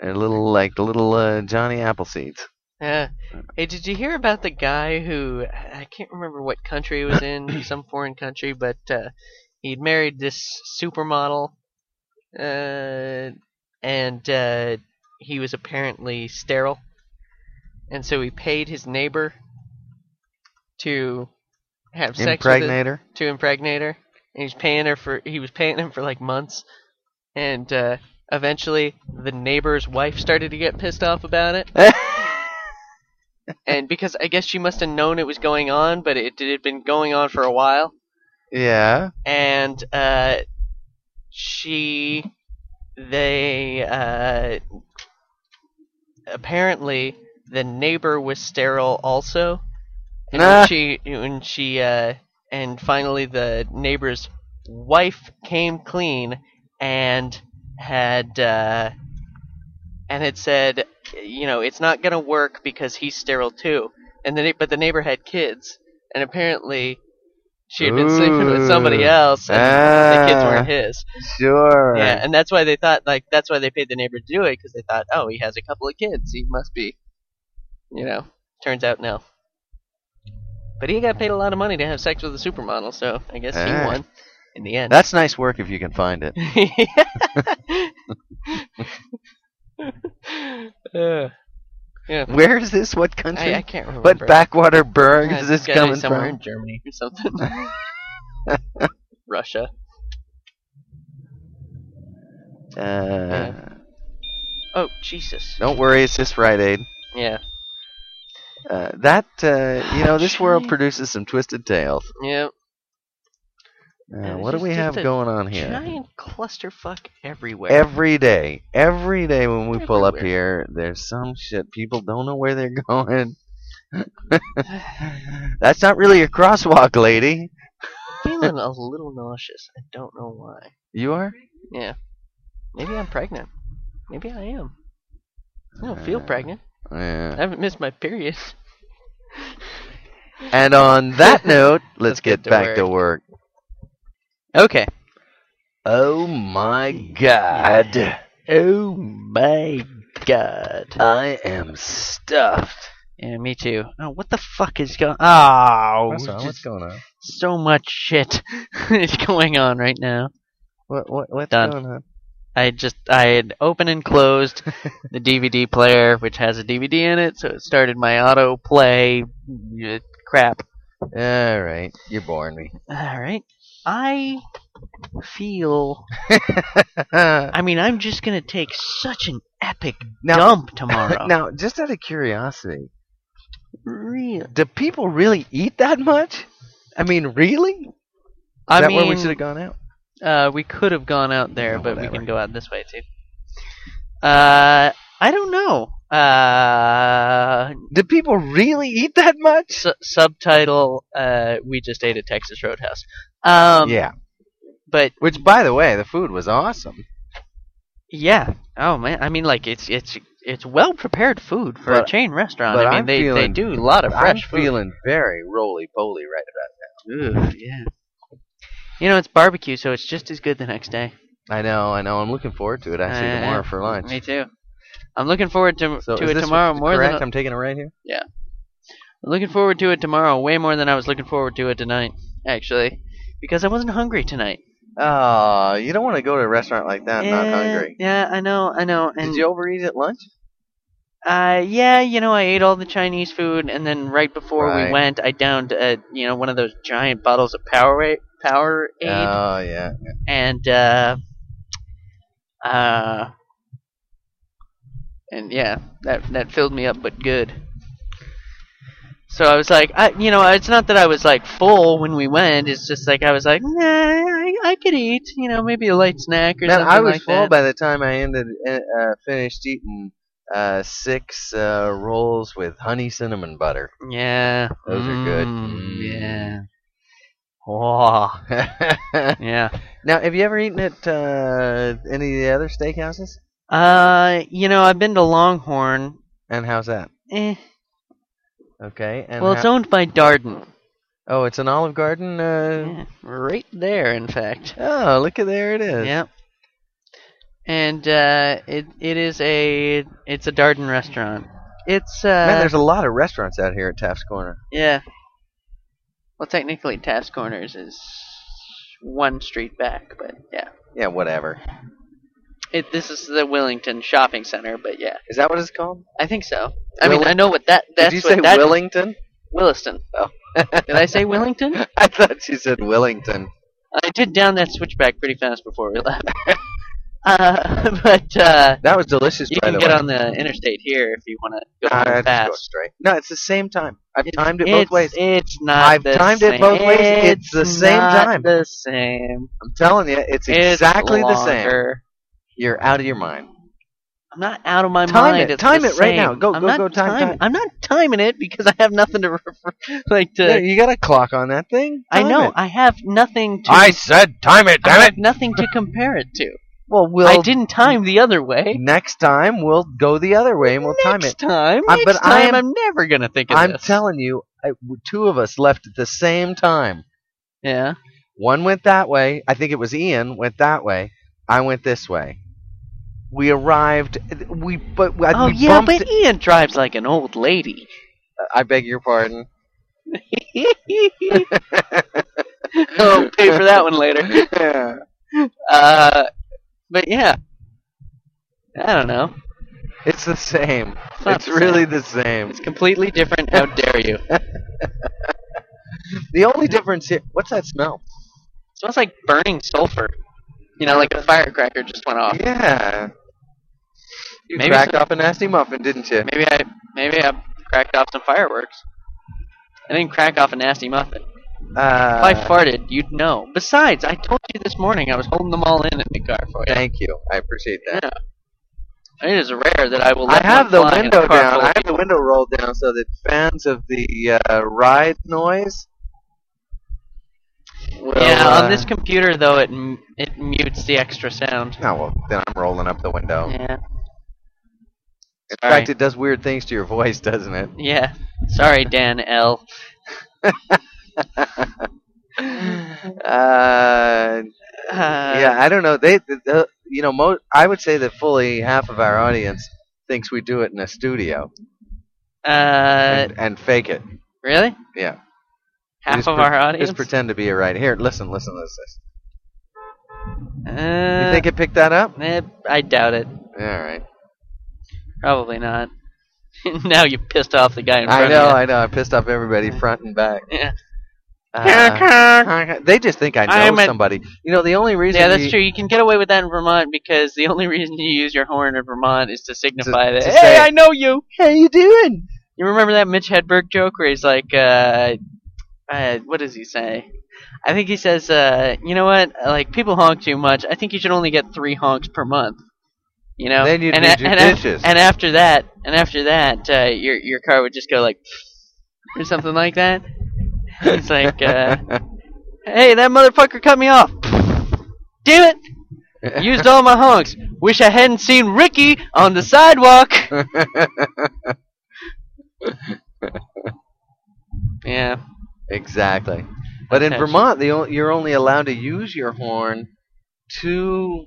Speaker 2: they're little like little uh, Johnny Appleseeds.
Speaker 3: Yeah. Uh, Hey, did you hear about the guy who I can't remember what country he was in, some foreign country, but uh, he'd married this supermodel, uh, and uh, he was apparently sterile, and so he paid his neighbor to have sex with it,
Speaker 2: Impregnator.
Speaker 3: to impregnate her, and he's paying her for he was paying him for like months, and uh, eventually the neighbor's wife started to get pissed off about it and because I guess she must have known it was going on, but it, it had been going on for a while,
Speaker 2: yeah.
Speaker 3: and uh, she, they, uh, apparently the neighbor was sterile also, and
Speaker 2: Nah.
Speaker 3: when she, when she, uh, and finally the neighbor's wife came clean and had, uh, and had said, you know, it's not gonna work because he's sterile too. And the neigh- but the neighbor had kids, and apparently she had been sleeping with somebody
Speaker 2: Ooh.
Speaker 3: else, and the kids
Speaker 2: Ah.
Speaker 3: weren't his.
Speaker 2: Sure.
Speaker 3: Yeah, and that's why they thought like that's why they paid the neighbor to do it because they thought, oh, he has a couple of kids, he must be, you know. Turns out no. But he got paid a lot of money to have sex with a supermodel, so I guess
Speaker 2: Ah.
Speaker 3: he won in the end.
Speaker 2: That's nice work if you can find it.
Speaker 3: Uh, yeah.
Speaker 2: Where is this? What country?
Speaker 3: I, I can't remember.
Speaker 2: what backwater burg
Speaker 3: Uh,
Speaker 2: is this
Speaker 3: it's gotta
Speaker 2: coming
Speaker 3: be somewhere
Speaker 2: from?
Speaker 3: in Germany or something. Russia.
Speaker 2: Uh,
Speaker 3: Oh Jesus.
Speaker 2: Don't worry, it's just Rite Aid.
Speaker 3: Yeah.
Speaker 2: Uh, that uh,
Speaker 3: Oh,
Speaker 2: you know, this world
Speaker 3: China.
Speaker 2: produces some twisted tales.
Speaker 3: Yeah.
Speaker 2: Uh,
Speaker 3: Yeah,
Speaker 2: what do
Speaker 3: just-
Speaker 2: we
Speaker 3: just
Speaker 2: have
Speaker 3: a
Speaker 2: going on here?
Speaker 3: Giant clusterfuck everywhere.
Speaker 2: Every day, every day when we pull up here,
Speaker 3: Everywhere.
Speaker 2: there's some shit. People don't know where they're going. That's not really a crosswalk, lady.
Speaker 3: Feeling a little nauseous. I don't know why.
Speaker 2: You are.
Speaker 3: Yeah. Maybe I'm pregnant. Maybe I am. I don't feel
Speaker 2: Uh,
Speaker 3: pregnant. I
Speaker 2: Yeah.
Speaker 3: haven't missed my period.
Speaker 2: And on that note, let's,
Speaker 3: Let's
Speaker 2: get,
Speaker 3: get to
Speaker 2: back to work.
Speaker 3: Okay.
Speaker 2: Oh my god.
Speaker 3: Oh my god.
Speaker 2: I am stuffed.
Speaker 3: Yeah, me too. Oh, what the fuck is going? Oh, just
Speaker 2: going on?
Speaker 3: so much shit is going on right now.
Speaker 2: What, what, what's
Speaker 3: Done.
Speaker 2: going on?
Speaker 3: I just I had opened and closed the DVD player, which has a DVD in it, so it started my auto play uh, crap.
Speaker 2: All right, you're boring me.
Speaker 3: All right, I feel.
Speaker 2: now,
Speaker 3: I mean, I'm just gonna take such an epic dump tomorrow.
Speaker 2: now, just out of curiosity,
Speaker 3: real.
Speaker 2: do people really eat that much? I mean, really? Is
Speaker 3: I
Speaker 2: that
Speaker 3: mean,
Speaker 2: where we should have gone out?
Speaker 3: Uh, we could have gone out there,
Speaker 2: Yeah,
Speaker 3: but we
Speaker 2: whatever.
Speaker 3: can go out this way too. Uh, I don't know. Uh,
Speaker 2: Do people really eat that much?
Speaker 3: su- subtitle: uh, We just ate at Texas Roadhouse. Um,
Speaker 2: yeah.
Speaker 3: But
Speaker 2: Which, by the way, the food was awesome.
Speaker 3: yeah. Oh man. I mean, like it's it's it's well prepared food for a
Speaker 2: But-
Speaker 3: chain restaurant.
Speaker 2: but
Speaker 3: I mean,
Speaker 2: I'm
Speaker 3: they
Speaker 2: feeling-
Speaker 3: they do a lot of fresh
Speaker 2: I'm
Speaker 3: food.
Speaker 2: feeling very roly poly right
Speaker 3: Ooh, yeah. You know, it's barbecue, so it's just as good the next day.
Speaker 2: about. I know, I know. I'm looking forward to it actually
Speaker 3: Uh,
Speaker 2: tomorrow for lunch.
Speaker 3: Me too. I'm looking forward to
Speaker 2: So
Speaker 3: to
Speaker 2: is
Speaker 3: it
Speaker 2: this
Speaker 3: tomorrow more
Speaker 2: correct?
Speaker 3: than
Speaker 2: I'm taking it right here.
Speaker 3: Looking forward to it tomorrow way more than I was looking forward to it tonight, actually, because I wasn't hungry tonight.
Speaker 2: Oh, you don't want to go to a restaurant like that not
Speaker 3: Yeah,
Speaker 2: hungry.
Speaker 3: Yeah, I know, I know. Eh, And
Speaker 2: Did you overeat at lunch?
Speaker 3: uh, yeah, you know, I ate all the Chinese food, and then right before
Speaker 2: Right.
Speaker 3: we went, I downed uh, you know one of those giant bottles of Powerade, Powerade,
Speaker 2: Oh yeah.
Speaker 3: and uh, Uh, and yeah, that that filled me up, but good. So I was like, I, you know, it's not that I was like full when we went. It's just like I was like, nah, I, I could eat, you know, maybe a light snack or
Speaker 2: Man,
Speaker 3: something
Speaker 2: I was
Speaker 3: like
Speaker 2: full
Speaker 3: that.
Speaker 2: by the time I ended uh, uh, finished eating uh, six uh, rolls with honey cinnamon butter.
Speaker 3: yeah,
Speaker 2: Those are good.
Speaker 3: Mm,
Speaker 2: Mm.
Speaker 3: Yeah. Oh,
Speaker 2: now,
Speaker 3: yeah.
Speaker 2: have you ever eaten at uh, any of the other steakhouses?
Speaker 3: Uh, you know, I've been to Longhorn.
Speaker 2: And how's that?
Speaker 3: Eh.
Speaker 2: Okay. And
Speaker 3: Well,
Speaker 2: how-
Speaker 3: it's owned by Darden.
Speaker 2: oh, it's an Olive Garden. Uh,
Speaker 3: Yeah, right there, in fact.
Speaker 2: Oh, look at there it is.
Speaker 3: Yep. And uh, it it is a it's a Darden restaurant. It's uh
Speaker 2: Man, there's a lot of restaurants out here at Taft's Corner.
Speaker 3: yeah. Well, technically, Task Corners is one street back, but yeah.
Speaker 2: Yeah, whatever.
Speaker 3: It this is the Willington Shopping Center, but yeah,
Speaker 2: Is that what it's called?
Speaker 3: I think so. I mean,
Speaker 2: Willi-
Speaker 3: I know what that that's
Speaker 2: Did you
Speaker 3: what
Speaker 2: say
Speaker 3: that
Speaker 2: Willington?
Speaker 3: Williston.
Speaker 2: Oh.
Speaker 3: Did I say Willington?
Speaker 2: I thought you said Willington.
Speaker 3: I did down that switchback pretty fast before we left. uh, but uh,
Speaker 2: That was delicious.
Speaker 3: you
Speaker 2: by
Speaker 3: can
Speaker 2: the
Speaker 3: get
Speaker 2: way.
Speaker 3: on the interstate here if you want to go
Speaker 2: Nah, I
Speaker 3: home
Speaker 2: just go
Speaker 3: fast.
Speaker 2: straight. No, it's the same time. I've
Speaker 3: It's-
Speaker 2: timed it both
Speaker 3: it's-
Speaker 2: ways.
Speaker 3: It's not.
Speaker 2: I've
Speaker 3: the
Speaker 2: timed it
Speaker 3: same.
Speaker 2: both ways. It's the same
Speaker 3: not
Speaker 2: time.
Speaker 3: The same.
Speaker 2: I'm telling you, it's exactly the same. You're out of your mind.
Speaker 3: I'm not out of my
Speaker 2: Time
Speaker 3: mind.
Speaker 2: it.
Speaker 3: It's
Speaker 2: Time
Speaker 3: the
Speaker 2: it right now.
Speaker 3: same.
Speaker 2: Go,
Speaker 3: I'm
Speaker 2: go,
Speaker 3: not
Speaker 2: go, time,
Speaker 3: timing-
Speaker 2: time.
Speaker 3: I'm not timing it because I have nothing to refer. Like to.
Speaker 2: There, you got a clock on that thing.
Speaker 3: I
Speaker 2: Time
Speaker 3: know.
Speaker 2: it.
Speaker 3: I have nothing to.
Speaker 2: said time it,
Speaker 3: I have nothing to compare it to.
Speaker 2: Well, we'll
Speaker 3: I didn't time the other way.
Speaker 2: next time we'll go the other way and we'll time
Speaker 3: next
Speaker 2: it.
Speaker 3: time,
Speaker 2: I-
Speaker 3: next
Speaker 2: but I am-
Speaker 3: time, I'm never gonna think of
Speaker 2: I'm
Speaker 3: this.
Speaker 2: telling you, I, two of us left at the same time.
Speaker 3: yeah.
Speaker 2: One went that way. I think it was Ian went that way. I went this way. We arrived. We but we,
Speaker 3: oh
Speaker 2: we
Speaker 3: yeah,
Speaker 2: bumped.
Speaker 3: but Ian drives like an old lady.
Speaker 2: I beg your pardon.
Speaker 3: oh, pay for that one later. Uh, but yeah, I don't know.
Speaker 2: It's the same.
Speaker 3: It's, not
Speaker 2: It's
Speaker 3: the same.
Speaker 2: really the same.
Speaker 3: it's completely different. How dare you? It
Speaker 2: The only difference here. What's that smell?
Speaker 3: smells like burning sulfur. You know, like a firecracker just went off.
Speaker 2: Yeah. You
Speaker 3: Maybe
Speaker 2: cracked
Speaker 3: some-
Speaker 2: off a nasty muffin, didn't you?
Speaker 3: Maybe I maybe I cracked off some fireworks. I didn't crack off a nasty muffin. If
Speaker 2: Uh,
Speaker 3: I farted, you'd know. Besides, I told you this morning I was holding them all in in the car for you.
Speaker 2: Thank you. I appreciate that.
Speaker 3: It is rare that I will.
Speaker 2: I
Speaker 3: Let
Speaker 2: have
Speaker 3: one
Speaker 2: the
Speaker 3: fly in a
Speaker 2: window
Speaker 3: car
Speaker 2: down.
Speaker 3: full
Speaker 2: I
Speaker 3: of
Speaker 2: have the window rolled down so that fans of the uh, ride noise. Will,
Speaker 3: yeah,
Speaker 2: uh,
Speaker 3: on this computer though, it m- it mutes the extra sound.
Speaker 2: Oh well, then I'm rolling up the window.
Speaker 3: Yeah.
Speaker 2: In
Speaker 3: Sorry.
Speaker 2: fact, it does weird things to your voice, doesn't it?
Speaker 3: Yeah. Sorry, Dan L.
Speaker 2: uh,
Speaker 3: Uh,
Speaker 2: yeah, I don't know. They, the, the, you know, mo- I would say that fully half of our audience thinks we do it in a studio
Speaker 3: Uh,
Speaker 2: and, and fake it.
Speaker 3: really?
Speaker 2: Yeah.
Speaker 3: Half of
Speaker 2: Just pre-
Speaker 3: our audience.
Speaker 2: Just pretend to be it right here. Listen, listen to this.
Speaker 3: uh,
Speaker 2: You think it picked that up?
Speaker 3: eh, I doubt it.
Speaker 2: All right.
Speaker 3: Probably not. now you pissed off the guy in front
Speaker 2: I know,
Speaker 3: of
Speaker 2: I know. I pissed off everybody front and back.
Speaker 3: you. Yeah.
Speaker 2: Uh, they just think I know
Speaker 3: I'm a-
Speaker 2: somebody. You know, the only reason
Speaker 3: yeah, that's
Speaker 2: you-
Speaker 3: true. You can get away with that in Vermont because the only reason you use your horn in Vermont is to signify that
Speaker 2: to
Speaker 3: hey,
Speaker 2: say-
Speaker 3: I know you.
Speaker 2: How you doing?
Speaker 3: You remember that Mitch Hedberg joke where he's like, uh, uh, what does he say? I think he says, uh, you know what? Like people honk too much. I think you should only get three honks per month. You know,
Speaker 2: Then you'd
Speaker 3: and,
Speaker 2: be
Speaker 3: a- and, af-
Speaker 2: judicious.
Speaker 3: and after that, and after that, uh, your your car would just go like or something like that. It's like, uh, hey, that motherfucker cut me off. Damn it! Used all my honks. Wish I hadn't seen Ricky on the sidewalk. uh, Yeah.
Speaker 2: exactly. But in
Speaker 3: Okay.
Speaker 2: Vermont, the on- you're only allowed to use your horn to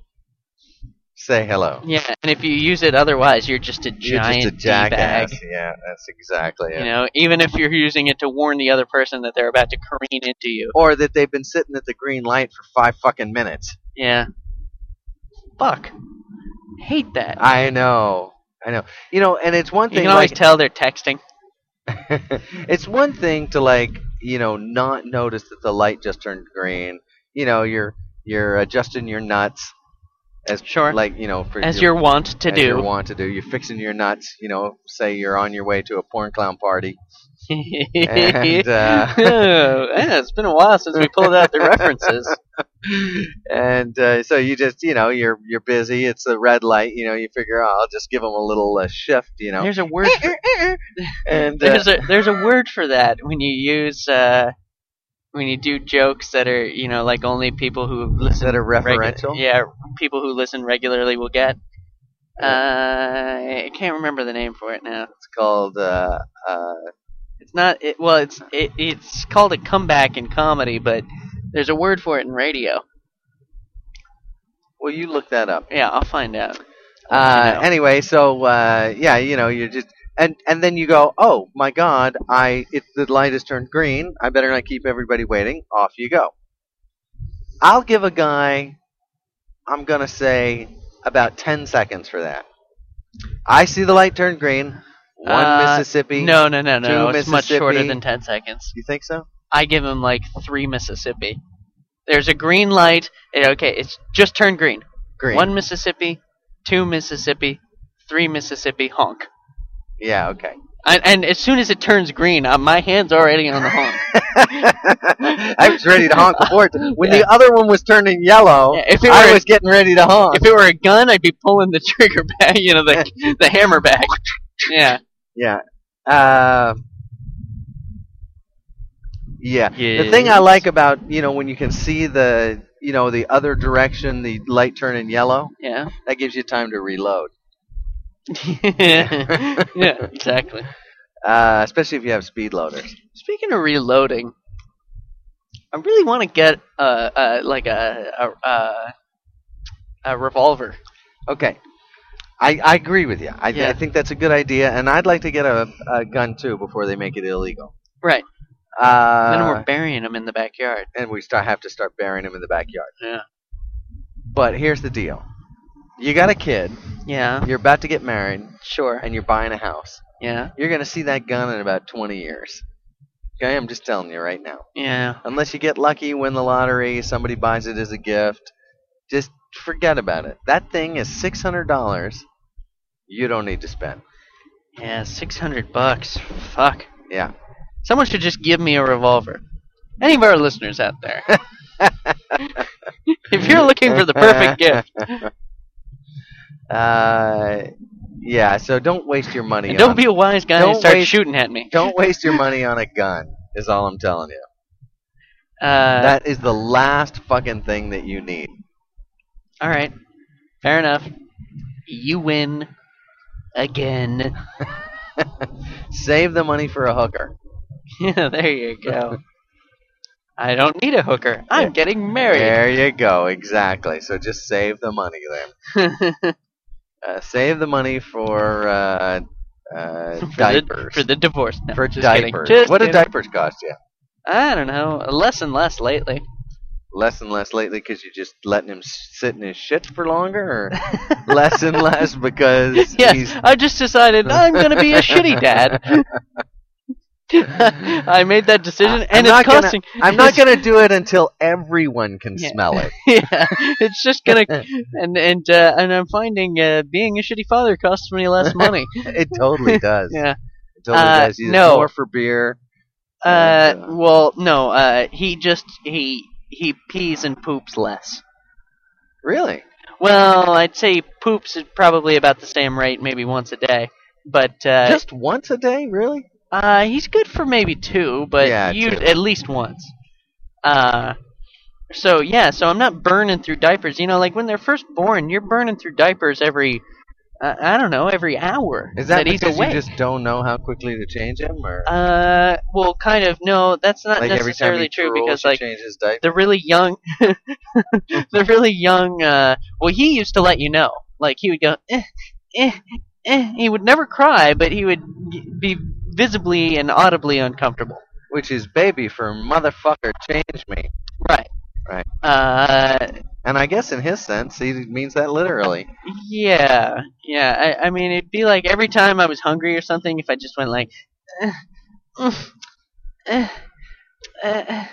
Speaker 2: say hello.
Speaker 3: Yeah, and if you use it otherwise, you're just a
Speaker 2: You're
Speaker 3: giant
Speaker 2: just a jackass.
Speaker 3: D-bag.
Speaker 2: Yeah, that's exactly it.
Speaker 3: You know, even if you're using it to warn the other person that they're about to careen into you.
Speaker 2: Or that they've been sitting at the green light for five fucking minutes.
Speaker 3: Yeah. Fuck. Hate that.
Speaker 2: I know. I know. You know, and it's one
Speaker 3: you
Speaker 2: thing
Speaker 3: can always
Speaker 2: like
Speaker 3: tell they're texting.
Speaker 2: it's one thing to like you know not notice that the light just turned green you know you're you're adjusting your nuts as
Speaker 3: Sure.
Speaker 2: like you know for
Speaker 3: as you're wont to
Speaker 2: as
Speaker 3: do.
Speaker 2: you want to do. You're fixing your nuts. You know, say you're on your way to a porn clown party. And, uh,
Speaker 3: Oh, yeah, it's been a while since we pulled out the references.
Speaker 2: and uh, so you just you know you're you're busy. It's a red light. You know you figure oh, I'll just give them a little uh, shift. You know.
Speaker 3: There's a word. For,
Speaker 2: and uh,
Speaker 3: there's a there's a word for that when you use uh, when you do jokes that are you know like only people who listen
Speaker 2: that a
Speaker 3: regu-
Speaker 2: referential?
Speaker 3: yeah, people who listen regularly will get. Uh, I can't remember the name for it now.
Speaker 2: It's called. Uh, uh,
Speaker 3: It's not. It, well, it's it, it's called a comeback in comedy, but there's a word for it in radio.
Speaker 2: well, you look that up.
Speaker 3: Yeah, I'll find out.
Speaker 2: Uh,
Speaker 3: know.
Speaker 2: anyway, so uh, yeah, you know, you're just and and then you go, oh my God, I it, the light has turned green. I better not keep everybody waiting. Off you go. I'll give a guy, I'm gonna say about ten seconds for that. I see the light turn green. One
Speaker 3: Uh,
Speaker 2: Mississippi.
Speaker 3: No, no, no, no.
Speaker 2: Two
Speaker 3: It's much shorter
Speaker 2: Mississippi.
Speaker 3: than ten seconds.
Speaker 2: you think so?
Speaker 3: I give him like three Mississippi. There's a green light. eh, Okay, it's just turned green.
Speaker 2: Green.
Speaker 3: One Mississippi, two Mississippi, three Mississippi. Honk.
Speaker 2: Yeah. Okay.
Speaker 3: And, and as soon as it turns green, uh, my hand's already on the honk.
Speaker 2: I was ready to honk before it. When
Speaker 3: Yeah.
Speaker 2: the other one was turning yellow,
Speaker 3: Yeah, if it
Speaker 2: I
Speaker 3: were-
Speaker 2: was getting ready to honk.
Speaker 3: if it were a gun, I'd be pulling the trigger back, you know, the the hammer back. Yeah.
Speaker 2: Yeah. Uh, yeah. The thing I like about you know when you can see the you know the other direction, the light turning yellow,
Speaker 3: Yeah.
Speaker 2: that gives you time to reload.
Speaker 3: yeah. Exactly.
Speaker 2: Uh, especially if you have speed loaders.
Speaker 3: Speaking of reloading, I really want to get uh, uh like a a, a a revolver.
Speaker 2: Okay. I, I agree with you. I, I
Speaker 3: Yeah.
Speaker 2: think that's a good idea, and I'd like to get a, a gun too before they make it illegal.
Speaker 3: Right. then
Speaker 2: Uh,
Speaker 3: we're burying them in the backyard.
Speaker 2: and we start have to start burying them in the backyard.
Speaker 3: Yeah.
Speaker 2: But here's the deal: you got a kid,
Speaker 3: Yeah.
Speaker 2: you're about to get married,
Speaker 3: Sure.
Speaker 2: and you're buying a house.
Speaker 3: Yeah.
Speaker 2: You're going to see that gun in about 20 years. Okay, I'm just telling you right now.
Speaker 3: Yeah.
Speaker 2: Unless you get lucky, win the lottery, somebody buys it as a gift, just forget about it. That thing is $600 you don't need to spend.
Speaker 3: Yeah. Six hundred bucks. Fuck.
Speaker 2: Yeah.
Speaker 3: Someone should just give me a revolver. Any of our listeners out there. if you're looking for the perfect gift,
Speaker 2: Uh, yeah, so don't waste your money
Speaker 3: and
Speaker 2: on
Speaker 3: don't be a wise guy and
Speaker 2: Don't
Speaker 3: start
Speaker 2: waste-
Speaker 3: shooting at me.
Speaker 2: don't waste your money on a gun. Is all I'm telling you.
Speaker 3: Uh,
Speaker 2: That is the last fucking thing that you need.
Speaker 3: All right. Fair enough. You win again.
Speaker 2: Save the money for a hooker.
Speaker 3: yeah, there you go. I don't need a hooker. I'm getting married.
Speaker 2: There you go, exactly. So just save the money there. Uh, save the money for, uh, uh,
Speaker 3: for
Speaker 2: diapers.
Speaker 3: The, for the divorce. No,
Speaker 2: For
Speaker 3: just kidding.
Speaker 2: diapers.
Speaker 3: Just
Speaker 2: what do
Speaker 3: kidding.
Speaker 2: diapers cost you?
Speaker 3: I don't know. Less and less lately.
Speaker 2: Less and less lately because you're just letting him s- sit in his shit for longer, or less and less because
Speaker 3: Yes,
Speaker 2: he's
Speaker 3: I just decided I'm going to be a shitty dad. I made that decision,
Speaker 2: I- I'm
Speaker 3: and
Speaker 2: not
Speaker 3: it's
Speaker 2: gonna-
Speaker 3: costing.
Speaker 2: I'm not gonna do it until everyone can
Speaker 3: Yeah.
Speaker 2: smell it.
Speaker 3: yeah, it's just gonna, and and uh, and I'm finding uh, being a shitty father costs me less money.
Speaker 2: It totally does.
Speaker 3: Yeah.
Speaker 2: It totally
Speaker 3: Uh,
Speaker 2: does. He's
Speaker 3: no.
Speaker 2: more for beer.
Speaker 3: Uh,
Speaker 2: And, uh,
Speaker 3: well, no. Uh, he just he he pees and poops less.
Speaker 2: Really?
Speaker 3: Well, I'd say he poops at probably about the same rate, maybe once a day. But uh,
Speaker 2: Just once a day, really?
Speaker 3: uh, he's good for maybe two, but
Speaker 2: Yeah,
Speaker 3: you
Speaker 2: two.
Speaker 3: at least once. Uh, so yeah, so I'm not burning through diapers. You know, like when they're first born, you're burning through diapers every. Uh, I don't know, every hour
Speaker 2: Is that,
Speaker 3: he's
Speaker 2: because
Speaker 3: awake.
Speaker 2: you just don't know how quickly to change him, or
Speaker 3: Uh, well, kind of. No, that's not
Speaker 2: like every time
Speaker 3: necessarily
Speaker 2: he
Speaker 3: true
Speaker 2: drools,
Speaker 3: because
Speaker 2: you
Speaker 3: like
Speaker 2: change his diaper?
Speaker 3: the really young, the really young. Uh, well, he used to let you know. Like he would go, eh, eh, eh. He would never cry, but he would g- be visibly and audibly uncomfortable.
Speaker 2: Which is baby for motherfucker, change me.
Speaker 3: Right.
Speaker 2: Right.
Speaker 3: Uh,
Speaker 2: And I guess in his sense, he means that literally.
Speaker 3: yeah, yeah. I, I mean, it'd be like every time I was hungry or something, if I just went like, eh, mm, eh, eh,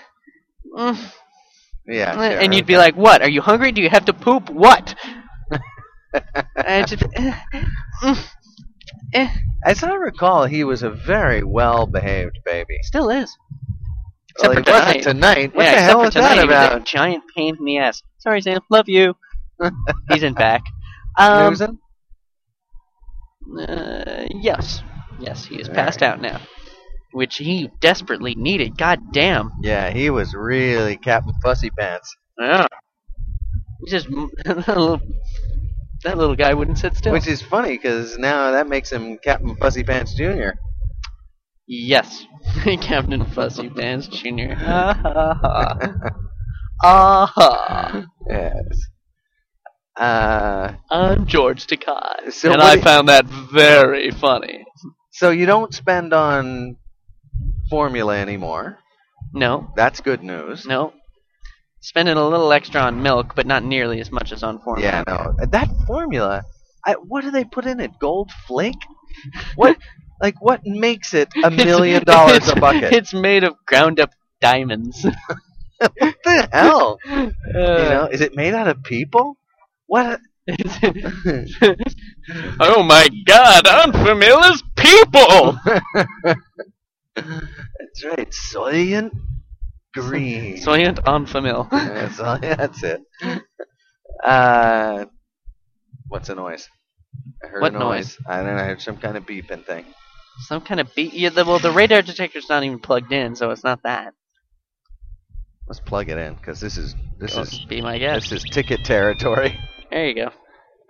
Speaker 3: mm,
Speaker 2: Yeah.
Speaker 3: and
Speaker 2: sure,
Speaker 3: you'd be
Speaker 2: okay.
Speaker 3: like, "What? Are you hungry? Do you have to poop? What?" I just, eh,
Speaker 2: As I recall, he was a very well behaved baby.
Speaker 3: still is.
Speaker 2: Well, he
Speaker 3: Except for
Speaker 2: wasn't tonight. What
Speaker 3: yeah,
Speaker 2: the hell
Speaker 3: except for
Speaker 2: is that
Speaker 3: tonight, he was a
Speaker 2: about?
Speaker 3: giant pain in the ass. Sorry, Sam. Love you. He's in back. Um,
Speaker 2: Losing?
Speaker 3: Uh, yes. Yes, he is
Speaker 2: All
Speaker 3: passed out now. Which he desperately needed. God damn.
Speaker 2: Yeah, he was really Captain Fussy Pants.
Speaker 3: Yeah. He just that little, that little guy wouldn't sit still.
Speaker 2: Which is funny because now that makes him Captain Fussy Pants Jr.
Speaker 3: yes. Captain Fussy Pants Jr. Ha ha ha.
Speaker 2: Uh-huh.
Speaker 3: Ah ha.
Speaker 2: Yes. Uh,
Speaker 3: I'm George Takai.
Speaker 2: So
Speaker 3: and
Speaker 2: what
Speaker 3: I
Speaker 2: i-
Speaker 3: found that very funny.
Speaker 2: so you don't spend on formula anymore.
Speaker 3: No,
Speaker 2: That's good news.
Speaker 3: no. Spending a little extra on milk, but not nearly as much as on formula.
Speaker 2: Yeah, no. That formula, I, what do they put in it? Gold flake? What, like, what makes it a
Speaker 3: It's-
Speaker 2: million dollars a
Speaker 3: it's-
Speaker 2: bucket?
Speaker 3: It's made of ground up diamonds.
Speaker 2: What the hell?
Speaker 3: Uh,
Speaker 2: You know, is it made out of people? What?
Speaker 3: oh my god, Aunt Familla's people!
Speaker 2: That's right, soylent green.
Speaker 3: Soylent Aunt Famille.
Speaker 2: Yeah, so- that's it. Uh, what's a noise? I heard
Speaker 3: What
Speaker 2: a noise. I don't know. I heard some kind of beeping thing.
Speaker 3: Some kind of beat. Yeah, the, well, the radar detector's not even plugged in, so it's not that.
Speaker 2: Let's plug it in because this is this
Speaker 3: Go-
Speaker 2: is
Speaker 3: be my
Speaker 2: this
Speaker 3: guess.
Speaker 2: is ticket territory.
Speaker 3: There you go.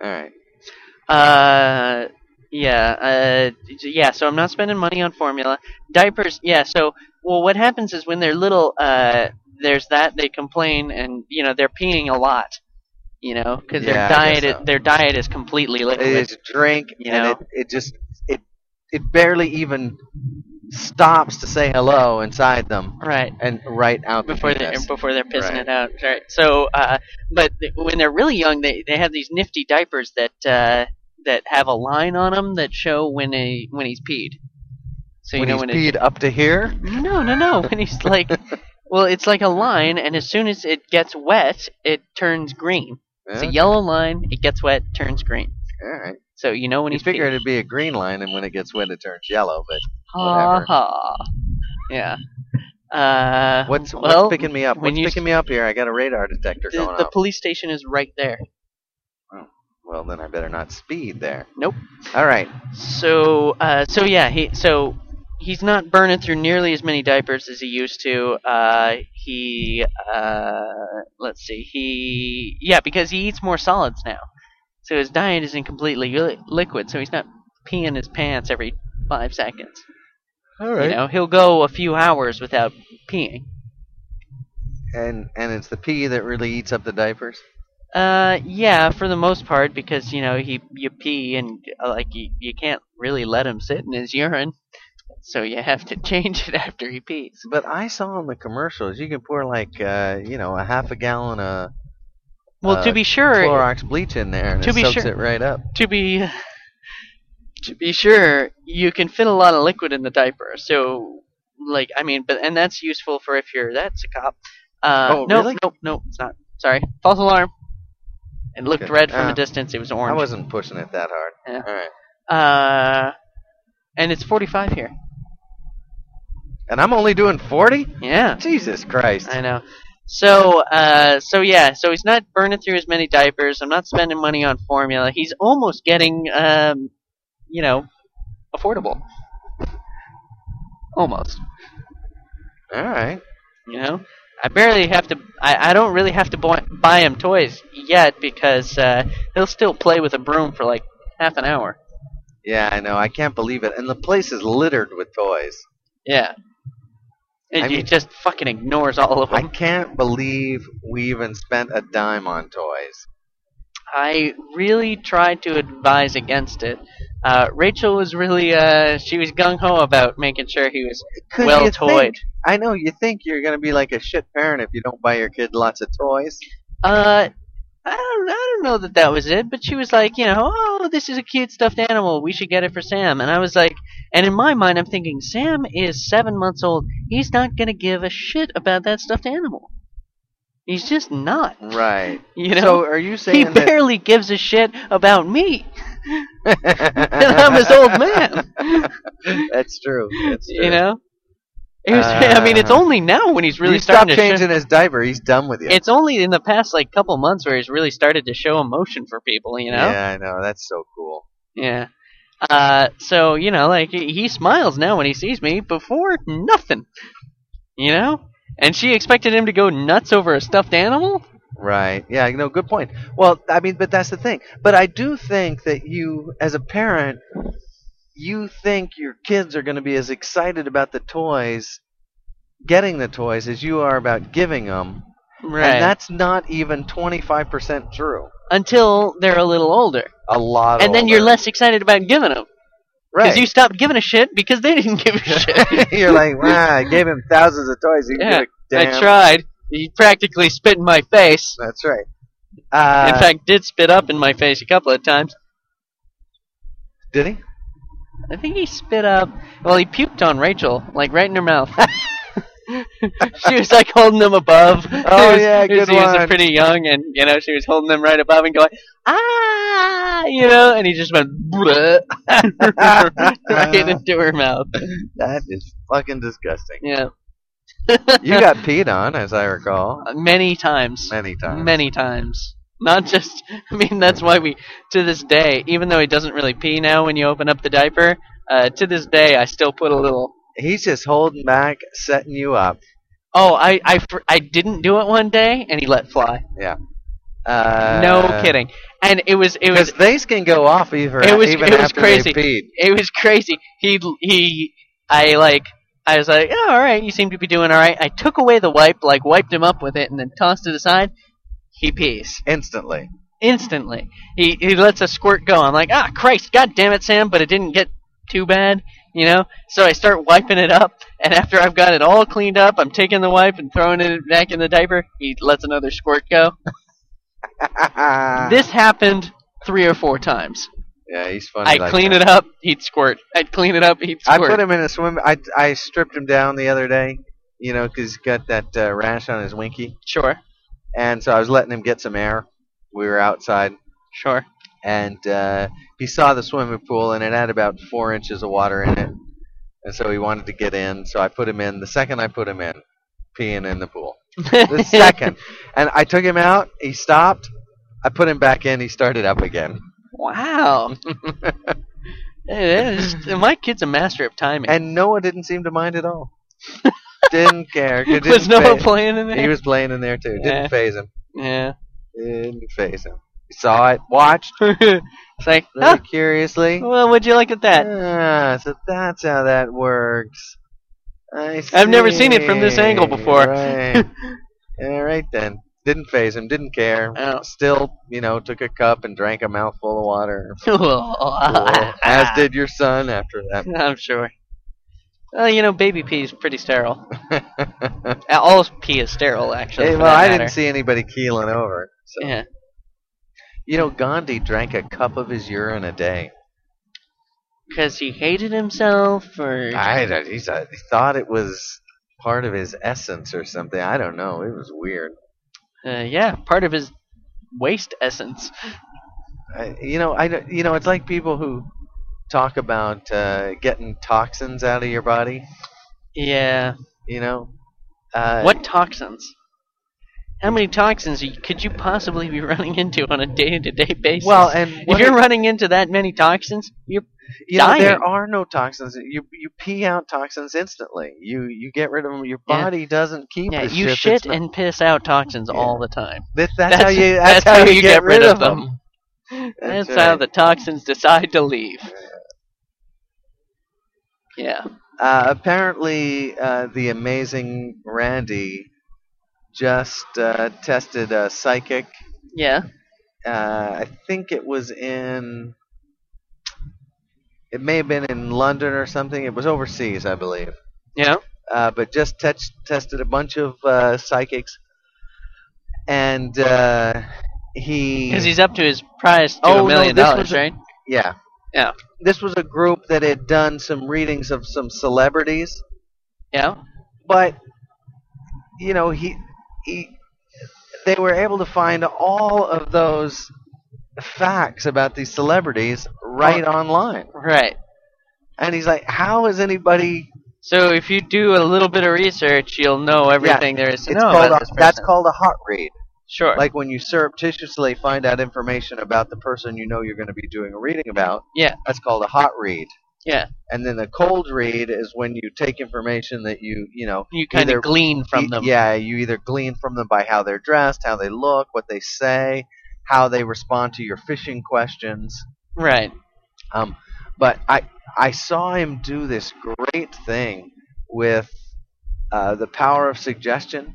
Speaker 2: All right.
Speaker 3: Uh, yeah, uh, yeah. So I'm not spending money on formula diapers. Yeah. So well, what happens is when they're little, uh, there's that they complain, and you know they're peeing a lot, you know, because
Speaker 2: Yeah, I
Speaker 3: their
Speaker 2: guess
Speaker 3: diet is,
Speaker 2: so.
Speaker 3: their diet is completely liquid.
Speaker 2: It is drink,
Speaker 3: You
Speaker 2: and
Speaker 3: know?
Speaker 2: it, it just it it barely even stops to say hello inside them
Speaker 3: Right.
Speaker 2: and right out the
Speaker 3: Before they
Speaker 2: penis.
Speaker 3: before they're pissing
Speaker 2: Right.
Speaker 3: it out, right? So, uh, but th- when they're really young, they, they have these nifty diapers that uh, that have a line on them that show when a when he's peed. So you
Speaker 2: when
Speaker 3: know
Speaker 2: he's
Speaker 3: when it's
Speaker 2: peed up to here.
Speaker 3: No, no, no. When he's like, well, it's like a line, and as soon as it gets wet, it turns green. It's a
Speaker 2: Yeah,
Speaker 3: yellow line. It gets wet, turns green.
Speaker 2: All right.
Speaker 3: So you know when
Speaker 2: You
Speaker 3: he's
Speaker 2: figure
Speaker 3: peeing.
Speaker 2: it'd be a green line, and when it gets wet, it turns yellow. But
Speaker 3: Ha
Speaker 2: whatever.
Speaker 3: ha. Yeah. Uh,
Speaker 2: what's
Speaker 3: well,
Speaker 2: what's picking me up?
Speaker 3: when
Speaker 2: What's
Speaker 3: you-
Speaker 2: picking me up here? I got a radar detector
Speaker 3: the,
Speaker 2: going
Speaker 3: the
Speaker 2: up.
Speaker 3: police station is right there.
Speaker 2: Well, then I better not speed there.
Speaker 3: Nope.
Speaker 2: All right.
Speaker 3: So, uh, so yeah, he so he's not burning through nearly as many diapers as he used to. Uh, he uh, let's see, he yeah, because he eats more solids now, so his diet isn't completely li- liquid, so he's not peeing his pants every five seconds.
Speaker 2: All
Speaker 3: You know, he'll go a few hours without peeing.
Speaker 2: And and it's the pee that really eats up the diapers.
Speaker 3: Uh, yeah, for the most part, because you know he you pee and uh, like you you can't really let him sit in his urine, so you have to change it after he pees.
Speaker 2: But I saw in the commercials you can pour like uh, you know a half a gallon of
Speaker 3: Well,
Speaker 2: uh,
Speaker 3: to be sure,
Speaker 2: Clorox bleach in there, and
Speaker 3: To
Speaker 2: it
Speaker 3: be
Speaker 2: soaks
Speaker 3: sure.
Speaker 2: it right up.
Speaker 3: to be to be sure, you can fit a lot of liquid in the diaper. So, like, I mean, but and that's useful for if you're that's a cop. Uh,
Speaker 2: Oh,
Speaker 3: no,
Speaker 2: really?
Speaker 3: no, no, it's not. Sorry, false alarm. It looked
Speaker 2: Okay.
Speaker 3: red from
Speaker 2: Uh,
Speaker 3: a distance. It was
Speaker 2: I
Speaker 3: orange.
Speaker 2: wasn't pushing it that hard.
Speaker 3: Yeah.
Speaker 2: All right.
Speaker 3: Uh, and it's 45 here.
Speaker 2: And I'm only doing forty.
Speaker 3: Yeah.
Speaker 2: Jesus Christ.
Speaker 3: I know. So, uh, so yeah, so he's not burning through as many diapers. I'm not spending money on formula. He's almost getting, um, you know, affordable. Almost.
Speaker 2: All right.
Speaker 3: You know, I barely have to. I, I don't really have to buy, buy him toys yet because uh, he'll still play with a broom for like half an hour.
Speaker 2: Yeah, I know. I can't believe it. And the place is littered with toys.
Speaker 3: Yeah. And
Speaker 2: I
Speaker 3: he
Speaker 2: mean-
Speaker 3: just fucking ignores all of
Speaker 2: I
Speaker 3: them.
Speaker 2: can't believe we even spent a dime on toys.
Speaker 3: I really tried to advise against it. Uh, Rachel was really uh, she was gung ho about making sure he was
Speaker 2: Could
Speaker 3: well
Speaker 2: you
Speaker 3: toyed.
Speaker 2: think- I know you think you're gonna be like a shit parent if you don't buy your kid lots of toys.
Speaker 3: Uh, I don't I don't know that that was it, but she was like, you know, oh, this is a cute stuffed animal. We should get it for Sam. And I was like, and in my mind, I'm thinking Sam is seven months old. He's not gonna give a shit about that stuffed animal. He's just not.
Speaker 2: Right.
Speaker 3: You know.
Speaker 2: so are you
Speaker 3: he
Speaker 2: saying that-
Speaker 3: barely gives a shit about me. I'm his old man.
Speaker 2: That's true. That's true.
Speaker 3: You know. It was, I mean, it's
Speaker 2: Uh,
Speaker 3: only now when he's really
Speaker 2: he stopped
Speaker 3: starting to.
Speaker 2: changing
Speaker 3: show,
Speaker 2: his diaper. He's done with you.
Speaker 3: It's only in the past like couple months where he's really started to show emotion for people. You know.
Speaker 2: Yeah, I know. That's so cool.
Speaker 3: Yeah. Uh, so you know, like he he smiles now when he sees me. Before nothing, you know. And she expected him to go nuts over a stuffed animal.
Speaker 2: Right. Yeah, no, good point. Well, I mean, but that's the thing. But I do think that you, as a parent, you think your kids are going to be as excited about the toys, getting the toys, as you are about giving them.
Speaker 3: Right.
Speaker 2: And that's not even 25% true.
Speaker 3: Until they're a little older,
Speaker 2: A lot
Speaker 3: and then you're
Speaker 2: older.
Speaker 3: less excited about giving them because
Speaker 2: Right.
Speaker 3: you stopped giving a shit because they didn't give a shit.
Speaker 2: are like, wow, I gave him thousands of toys. He
Speaker 3: Yeah,
Speaker 2: yeah, damn.
Speaker 3: I tried. He practically spit in my face.
Speaker 2: That's right. Uh,
Speaker 3: in fact, did spit up in my face a couple of times.
Speaker 2: did he?
Speaker 3: I think he spit up. Well, he puked on Rachel, like right in her mouth. she was like holding them above.
Speaker 2: Oh,
Speaker 3: It was-
Speaker 2: yeah,
Speaker 3: it was-
Speaker 2: good
Speaker 3: He was
Speaker 2: one.
Speaker 3: pretty young, and you know she was holding them right above and going ah, you know, and he just went bleh, right into her mouth.
Speaker 2: That is fucking disgusting.
Speaker 3: Yeah,
Speaker 2: You got peed on, as I recall,
Speaker 3: many times,
Speaker 2: many times.
Speaker 3: many times. Not just. I mean, that's why we to this day, even though he doesn't really pee now when you open up the diaper. Uh, to this day, I still put a little
Speaker 2: He's just holding back, setting you up.
Speaker 3: Oh, I, I, fr- I didn't do it one day, and he let fly.
Speaker 2: Uh,
Speaker 3: no kidding. And it was it
Speaker 2: Because
Speaker 3: was
Speaker 2: they can go off even,
Speaker 3: It was-
Speaker 2: even
Speaker 3: it was
Speaker 2: after
Speaker 3: crazy.
Speaker 2: they peed.
Speaker 3: it was crazy. He he, I like I was like, oh, all right, you seem to be doing all right. I took away the wipe, like wiped him up with it, and then tossed it aside. He pees
Speaker 2: Instantly.
Speaker 3: instantly. He he lets a squirt go. I'm like, ah, Christ, God damn it, Sam, but it didn't get too bad, you know. So I start wiping it up, and after I've got it all cleaned up, I'm taking the wipe and throwing it back in the diaper. He lets another squirt go.
Speaker 2: yeah,
Speaker 3: This happened three or four times.
Speaker 2: he's funny.
Speaker 3: I'd
Speaker 2: like
Speaker 3: clean
Speaker 2: that.
Speaker 3: it up, he'd squirt. I'd clean it up, he'd
Speaker 2: I
Speaker 3: squirt.
Speaker 2: put him in a swim. I, I stripped him down the other day, you know, because he's got that uh, rash on his winky.
Speaker 3: sure,
Speaker 2: And so I was letting him get some air. We were outside.
Speaker 3: sure.
Speaker 2: and uh, he saw the swimming pool and it had about four inches of water in it and so he wanted to get in so i put him in the second i put him in peeing in the pool the second and i took him out he stopped i put him back in he started up again
Speaker 3: Wow. It is- my kid's a master of timing.
Speaker 2: and noah didn't seem to mind at all didn't care it didn't
Speaker 3: was no one
Speaker 2: phase-
Speaker 3: playing in there?
Speaker 2: he was playing in there too
Speaker 3: Yeah.
Speaker 2: didn't phase him
Speaker 3: yeah.
Speaker 2: didn't phase him he saw it watched
Speaker 3: it's like,
Speaker 2: really
Speaker 3: "Huh,
Speaker 2: curiously
Speaker 3: well, would you look at that?
Speaker 2: Ah, so that's how that works. I
Speaker 3: I've never seen it from this
Speaker 2: see.
Speaker 3: angle before.
Speaker 2: Right. All right then. Didn't phase him. Didn't care.
Speaker 3: Oh.
Speaker 2: Still, you know, took a cup and drank a mouthful of water. Cool. As
Speaker 3: As
Speaker 2: did your son after
Speaker 3: I'm sure. Well, you know, baby pee is pretty sterile. Uh,
Speaker 2: that.
Speaker 3: All pee is sterile, actually.
Speaker 2: Hey,
Speaker 3: for
Speaker 2: well,
Speaker 3: that
Speaker 2: I
Speaker 3: matter.
Speaker 2: didn't see anybody keeling over. So.
Speaker 3: Yeah.
Speaker 2: You know, Gandhi drank a cup of his urine a day.
Speaker 3: Because he hated himself, or
Speaker 2: I don't- he's, I thought it was part of his essence or something. I don't know. It was weird.
Speaker 3: uh, yeah, part of his waste essence.
Speaker 2: I, you know, I don't- you know, it's like people who talk about uh, getting toxins out of your body.
Speaker 3: Yeah.
Speaker 2: You know, uh,
Speaker 3: what toxins? How many toxins y- could you possibly be running into on a day-to-day basis?
Speaker 2: Well, and
Speaker 3: if
Speaker 2: what
Speaker 3: you're
Speaker 2: it-
Speaker 3: running into that many toxins, you're
Speaker 2: you know,
Speaker 3: dying.
Speaker 2: there are no toxins. You you pee out toxins instantly. You you get rid of them. Your
Speaker 3: Yeah.
Speaker 2: body doesn't keep.
Speaker 3: yeah,
Speaker 2: the shit
Speaker 3: you
Speaker 2: that's
Speaker 3: shit
Speaker 2: not-
Speaker 3: and piss out toxins
Speaker 2: Yeah.
Speaker 3: all the time.
Speaker 2: That- that's, how you that's, how, you get, rid of them.
Speaker 3: That's,
Speaker 2: right.
Speaker 3: how the toxins decide to leave. Yeah.
Speaker 2: Uh, apparently, uh, the amazing Randy just uh, tested a psychic
Speaker 3: Yeah.
Speaker 2: uh, I think it was in. It may have been in London or something. It was overseas, I believe.
Speaker 3: Yeah.
Speaker 2: Uh, but just touch tested a bunch of uh, psychics, and uh, he.
Speaker 3: Because he's up to his prize to
Speaker 2: Oh,
Speaker 3: a
Speaker 2: no,
Speaker 3: million
Speaker 2: this
Speaker 3: dollars,
Speaker 2: was a-
Speaker 3: right?
Speaker 2: yeah.
Speaker 3: Yeah.
Speaker 2: This was a group that had done some readings of some celebrities,
Speaker 3: Yeah.
Speaker 2: but you know he he they were able to find all of those facts about these celebrities right online.
Speaker 3: Right.
Speaker 2: And he's like, how is anybody?
Speaker 3: So if you do a little bit of research, you'll know everything there is to
Speaker 2: it's
Speaker 3: know
Speaker 2: called
Speaker 3: about
Speaker 2: a,
Speaker 3: this person.
Speaker 2: that's called a hot read.
Speaker 3: sure.
Speaker 2: Like when you surreptitiously find out information about the person you know you're going to be doing a reading about.
Speaker 3: Yeah.
Speaker 2: That's called a hot read.
Speaker 3: Yeah.
Speaker 2: And then the cold read is when you take information that you, you know,
Speaker 3: you kind
Speaker 2: either-
Speaker 3: of glean from
Speaker 2: Y-
Speaker 3: them.
Speaker 2: Yeah, you either glean from them by how they're dressed, how they look, what they say, how they respond to your fishing questions.
Speaker 3: Right.
Speaker 2: Um, but I I saw him do this great thing with uh, the power of suggestion.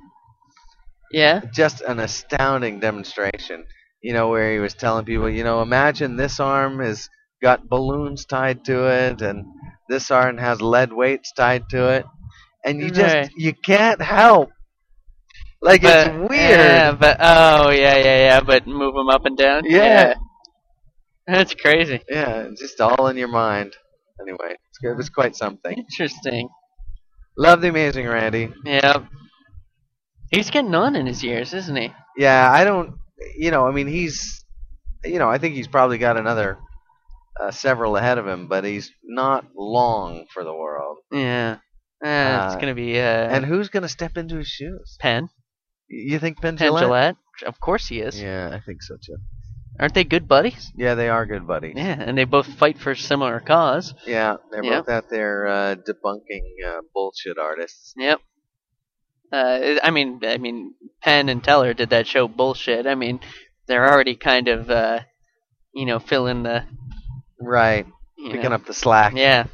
Speaker 3: Yeah.
Speaker 2: Just an astounding demonstration. You know where he was telling people, you know, imagine this arm has got balloons tied to it, and this arm has lead weights tied to it, and you just
Speaker 3: Right.
Speaker 2: you can't help. Like
Speaker 3: But-
Speaker 2: it's weird.
Speaker 3: Yeah, but oh yeah, yeah, yeah. But move them up and down.
Speaker 2: Yeah.
Speaker 3: That's crazy.
Speaker 2: Yeah, just all in your mind. Anyway, it's good. it was quite something.
Speaker 3: Interesting.
Speaker 2: Love the amazing Randy.
Speaker 3: Yeah. He's getting on in his years, isn't he?
Speaker 2: Yeah, I don't. You know, I mean, he's. You know, I think he's probably got another uh, several ahead of him, but he's not long for the world.
Speaker 3: Yeah. Uh, it's
Speaker 2: Uh,
Speaker 3: gonna be uh,
Speaker 2: And who's gonna step into his shoes?
Speaker 3: Penn.
Speaker 2: You think Ben
Speaker 3: Penn
Speaker 2: Gillette?
Speaker 3: Gillette. Of course he is.
Speaker 2: Yeah, I think so too.
Speaker 3: Aren't they good buddies?
Speaker 2: Yeah, they are good buddies.
Speaker 3: Yeah, and they both fight for similar cause.
Speaker 2: Yeah, they're
Speaker 3: Yeah.
Speaker 2: both out there uh, debunking uh, bullshit artists.
Speaker 3: Yep. Uh, I mean, I mean, Penn and Teller did that show bullshit. I mean, they're already kind of, uh, you know, filling the.
Speaker 2: Right,
Speaker 3: You
Speaker 2: picking
Speaker 3: know.
Speaker 2: up Uh, the slack.
Speaker 3: Yeah,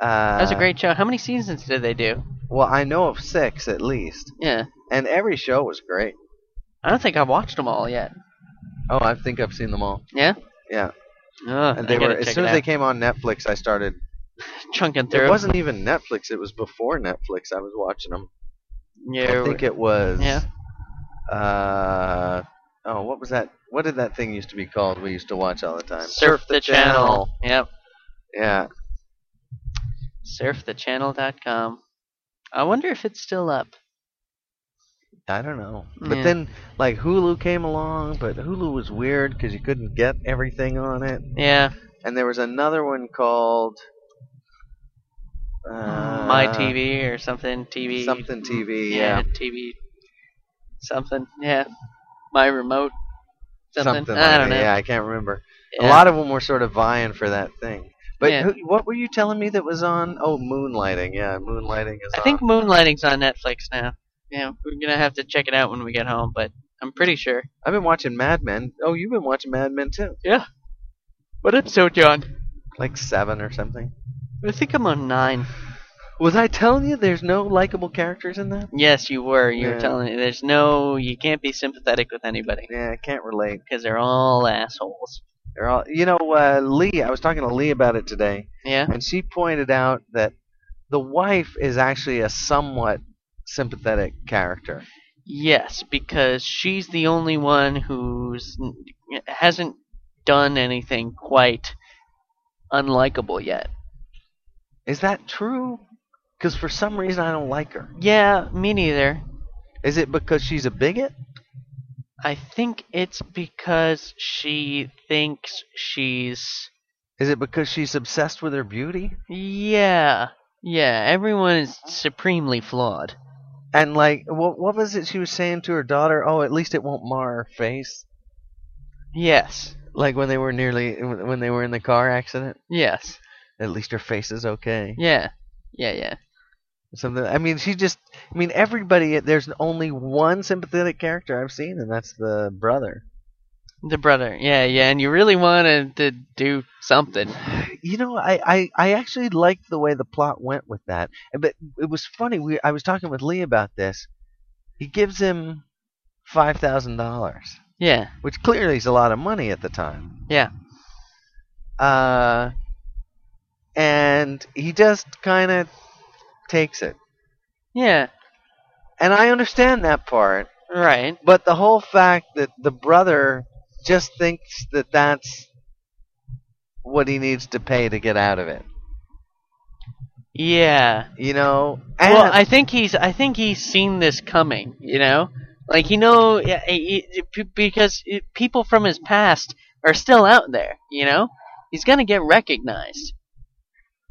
Speaker 2: Uh,
Speaker 3: that was a great show. How many seasons did they do?
Speaker 2: Well, I know of six at least,
Speaker 3: Yeah,
Speaker 2: and every show was great.
Speaker 3: I don't think I've watched them all yet.
Speaker 2: Oh, I think I've seen them all.
Speaker 3: Yeah.
Speaker 2: Yeah,
Speaker 3: Ugh,
Speaker 2: and they
Speaker 3: Oh, I gotta
Speaker 2: were as
Speaker 3: check
Speaker 2: soon
Speaker 3: it
Speaker 2: as they
Speaker 3: out.
Speaker 2: came on Netflix, I started.
Speaker 3: chunking
Speaker 2: It
Speaker 3: through.
Speaker 2: wasn't even Netflix; it was before Netflix. I was watching them.
Speaker 3: Yeah,
Speaker 2: I think it was.
Speaker 3: Yeah.
Speaker 2: Uh, oh, what was that? What did that thing used to be called? We used to watch all the time.
Speaker 3: surf, the, channel. Yep,
Speaker 2: Yeah.
Speaker 3: surfthechannel.com. I wonder if it's still up.
Speaker 2: I don't know, but
Speaker 3: Yeah.
Speaker 2: then like Hulu came along, but Hulu was weird because you couldn't get everything on it.
Speaker 3: Yeah,
Speaker 2: And there was another one called uh,
Speaker 3: my TV or something. TV.
Speaker 2: Something TV, yeah.
Speaker 3: TV. Something. Yeah. My remote. Something.
Speaker 2: Something,
Speaker 3: I
Speaker 2: like
Speaker 3: don't
Speaker 2: that.
Speaker 3: know.
Speaker 2: Yeah, I can't remember. A
Speaker 3: Yeah.
Speaker 2: lot of them were sort of vying for that thing. But
Speaker 3: Yeah.
Speaker 2: who, what were you telling me that was on? Oh, moonlighting. Yeah, moonlighting is.
Speaker 3: I think
Speaker 2: on.
Speaker 3: Moonlighting's on Netflix now. Yeah, we're gonna have to check it out when we get home, but I'm pretty sure.
Speaker 2: I've been watching Mad Men. Oh, you've been watching Mad Men too?
Speaker 3: What episode, John?
Speaker 2: Like seven or something.
Speaker 3: I think I'm on nine.
Speaker 2: Was I telling you there's no likable characters in that?
Speaker 3: Yes, you were. You
Speaker 2: Yeah.
Speaker 3: were telling me there's no, you can't be sympathetic with anybody
Speaker 2: Yeah, I can't relate.
Speaker 3: because they're all assholes.
Speaker 2: They're all. You know, uh, Lee. I was talking to Lee about it today.
Speaker 3: Yeah.
Speaker 2: and she pointed out that the wife is actually a somewhat sympathetic character.
Speaker 3: Yes, because she's the only one who's hasn't done anything quite unlikable yet.
Speaker 2: Is that true? Because for some reason I don't like her.
Speaker 3: Yeah, me neither.
Speaker 2: Is it because she's a bigot?
Speaker 3: I think it's because she thinks she's
Speaker 2: Is it because she's obsessed with her beauty?
Speaker 3: yeah, yeah. Everyone is supremely flawed.
Speaker 2: And like, what what was it she was saying to her daughter? Oh, at least it won't mar her face.
Speaker 3: Yes,
Speaker 2: Like when they were nearly when they were in the car accident.
Speaker 3: yes,
Speaker 2: At least her face is okay.
Speaker 3: yeah, yeah, yeah.
Speaker 2: Something. I mean, she just. I mean, everybody. There's only one sympathetic character I've seen, and that's the brother.
Speaker 3: The brother, yeah, yeah. And you really wanted to do something.
Speaker 2: You know, I, I, I actually liked the way the plot went with that. And- But it was funny. We I was talking with Lee about this. He gives him five thousand dollars,
Speaker 3: Yeah,
Speaker 2: which clearly is a lot of money at the time.
Speaker 3: Yeah.
Speaker 2: Uh, and he just kind of takes it,
Speaker 3: yeah.
Speaker 2: and I understand that part.
Speaker 3: Right.
Speaker 2: But the whole fact that the brother just thinks that that's what he needs to pay to get out of it.
Speaker 3: Yeah.
Speaker 2: You know, and
Speaker 3: Well, I think he's I think he's seen this coming, you know? Like you know, yeah, he- he- p- because it- people from his past are still out there. You know, he's gonna get recognized,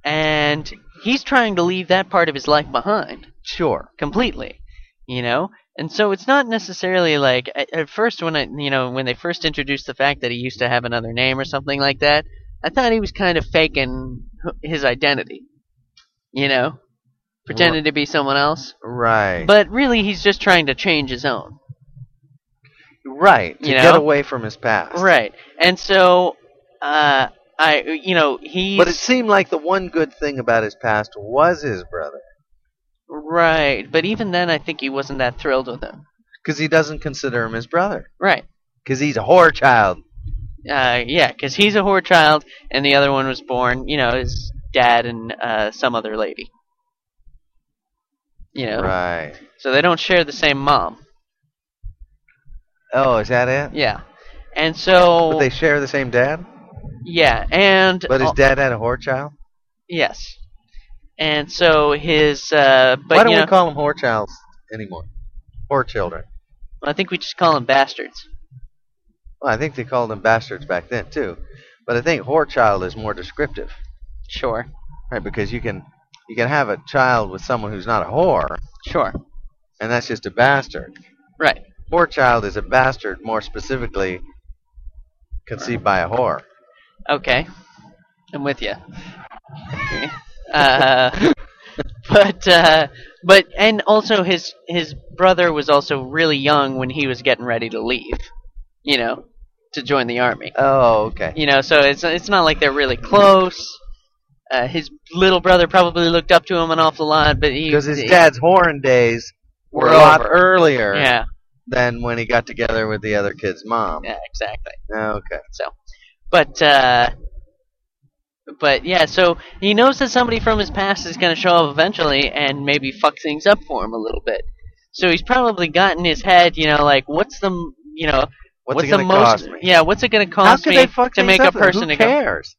Speaker 3: and he's trying to leave that part of his life behind
Speaker 2: Sure.
Speaker 3: completely. You know, and so it's not necessarily like at, at first when I, you know, when they first introduced the fact that he used to have another name or something like that, I thought he was kind of faking his identity. You know, pretending to be someone else.
Speaker 2: Right.
Speaker 3: But really, he's just trying to change his own.
Speaker 2: right. To
Speaker 3: you
Speaker 2: get
Speaker 3: know?
Speaker 2: away from his past.
Speaker 3: Right. And so, uh, I, you know, he's.
Speaker 2: But it seemed like the one good thing about his past was his brother,
Speaker 3: right. But even then, I think he wasn't that thrilled with him.
Speaker 2: because he doesn't consider him his brother,
Speaker 3: Right.
Speaker 2: because he's a whore child.
Speaker 3: Uh, yeah, because he's a whore child, and the other one was born, you know, his dad and uh, some other lady. You know?
Speaker 2: Right.
Speaker 3: So they don't share the same mom.
Speaker 2: Oh, is that it?
Speaker 3: Yeah. And so.
Speaker 2: But they share the same dad.
Speaker 3: yeah, and.
Speaker 2: But his
Speaker 3: oh,
Speaker 2: dad had a whore child.
Speaker 3: Yes. And so his. Uh, but,
Speaker 2: Why don't
Speaker 3: you know,
Speaker 2: we call them whore childs anymore? Whore children.
Speaker 3: I think we just call them bastards.
Speaker 2: Well, I think they called them bastards back then too, but I think whore child is more descriptive,
Speaker 3: Sure.
Speaker 2: right? Because you can you can have a child with someone who's not a whore,
Speaker 3: Sure.
Speaker 2: and that's just a bastard.
Speaker 3: Right.
Speaker 2: Whore child is a bastard, more specifically conceived by a whore.
Speaker 3: Okay. I'm with you. uh, but uh, but and also his his brother was also really young when he was getting ready to leave. You know, to join the army.
Speaker 2: Oh, okay.
Speaker 3: You know, so it's it's not like they're really close. Uh, his little brother probably looked up to him an awful lot, but he
Speaker 2: Because his
Speaker 3: he-
Speaker 2: dad's whoring days were
Speaker 3: Were
Speaker 2: a lot
Speaker 3: over.
Speaker 2: earlier
Speaker 3: Yeah.
Speaker 2: than when he got together with the other kid's mom.
Speaker 3: Yeah. Exactly.
Speaker 2: Okay.
Speaker 3: But uh, but yeah, so he knows that somebody from his past is going to show up eventually and maybe fuck things up for him a little bit. So he's probably got in his head, you know, like what's the m- you know
Speaker 2: What's, it
Speaker 3: the
Speaker 2: gonna
Speaker 3: most
Speaker 2: cost me?
Speaker 3: yeah what's it going to
Speaker 2: How
Speaker 3: cost
Speaker 2: could
Speaker 3: me
Speaker 2: they fuck
Speaker 3: to
Speaker 2: things
Speaker 3: make
Speaker 2: up?
Speaker 3: a person
Speaker 2: Who
Speaker 3: to go
Speaker 2: cares?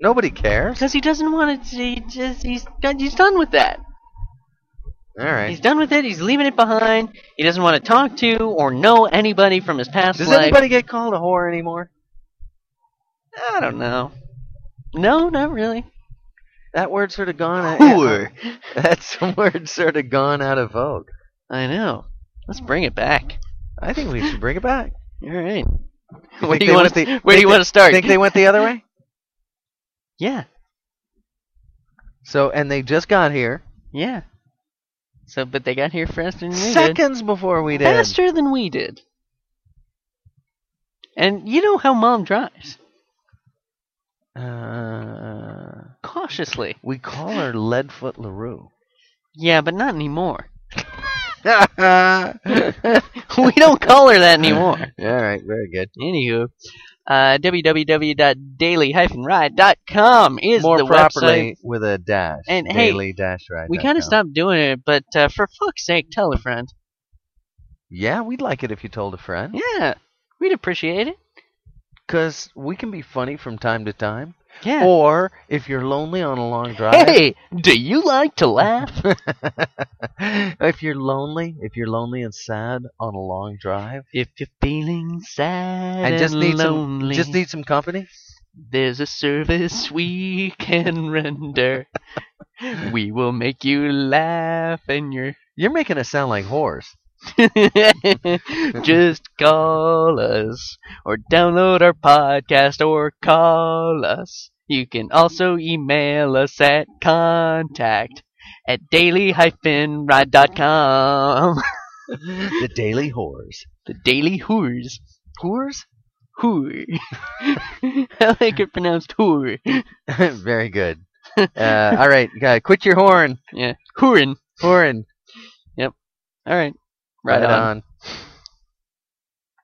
Speaker 2: Nobody cares.
Speaker 3: because he doesn't want to he just he's done- he's done with that
Speaker 2: All right.
Speaker 3: he's done with it he's leaving it behind he doesn't want to talk to or know anybody from his past
Speaker 2: Does
Speaker 3: life
Speaker 2: anybody get called a whore anymore?
Speaker 3: I don't know no not really
Speaker 2: That word's sort of gone. out-
Speaker 3: Whore.
Speaker 2: That's the word sort of gone out of vogue.
Speaker 3: I know let's bring it back
Speaker 2: I think we should bring it back.
Speaker 3: all right
Speaker 2: think
Speaker 3: Where do
Speaker 2: they
Speaker 3: you want
Speaker 2: went the-
Speaker 3: to? Where do you want to start?
Speaker 2: think they went the other way?
Speaker 3: yeah,
Speaker 2: So, and they just got here
Speaker 3: yeah. So, but they got here faster than we did.
Speaker 2: seconds before we did.
Speaker 3: Faster than we did. And you know how mom drives
Speaker 2: Uh,
Speaker 3: cautiously.
Speaker 2: we call her Leadfoot Larue.
Speaker 3: Yeah, but not anymore.
Speaker 2: All
Speaker 3: we don't call her that anymore.
Speaker 2: right, very good.
Speaker 3: Anywho, uh, www.daily-ride.com is
Speaker 2: More
Speaker 3: the website.
Speaker 2: properly with a dash.
Speaker 3: And, hey,
Speaker 2: daily dash ride.
Speaker 3: We kind of stopped doing it, but uh, for fuck's sake, tell a friend.
Speaker 2: Yeah, we'd like it if you told a friend.
Speaker 3: Yeah, we'd appreciate it.
Speaker 2: Because we can be funny from time to time.
Speaker 3: Yeah.
Speaker 2: Or if you're lonely on a long drive.
Speaker 3: Hey, do you like to laugh?
Speaker 2: if you're lonely, if you're lonely and sad on a long drive,
Speaker 3: If you're feeling sad
Speaker 2: And
Speaker 3: and
Speaker 2: just need some-
Speaker 3: lonely,
Speaker 2: just need some company.
Speaker 3: there's a service we can render. we will make you laugh and you're
Speaker 2: You're making us sound like whores.
Speaker 3: just call us or download our podcast or call us. You can also email us at contact at daily-ride.com.
Speaker 2: the daily whores.
Speaker 3: The Daily Whores.
Speaker 2: Whores?
Speaker 3: Hoor. I like it pronounced hoor.
Speaker 2: Very good. Uh, all right, guy, quit your horn.
Speaker 3: Yeah. Hoorin.
Speaker 2: Horn.
Speaker 3: All right. Right, on.
Speaker 2: on.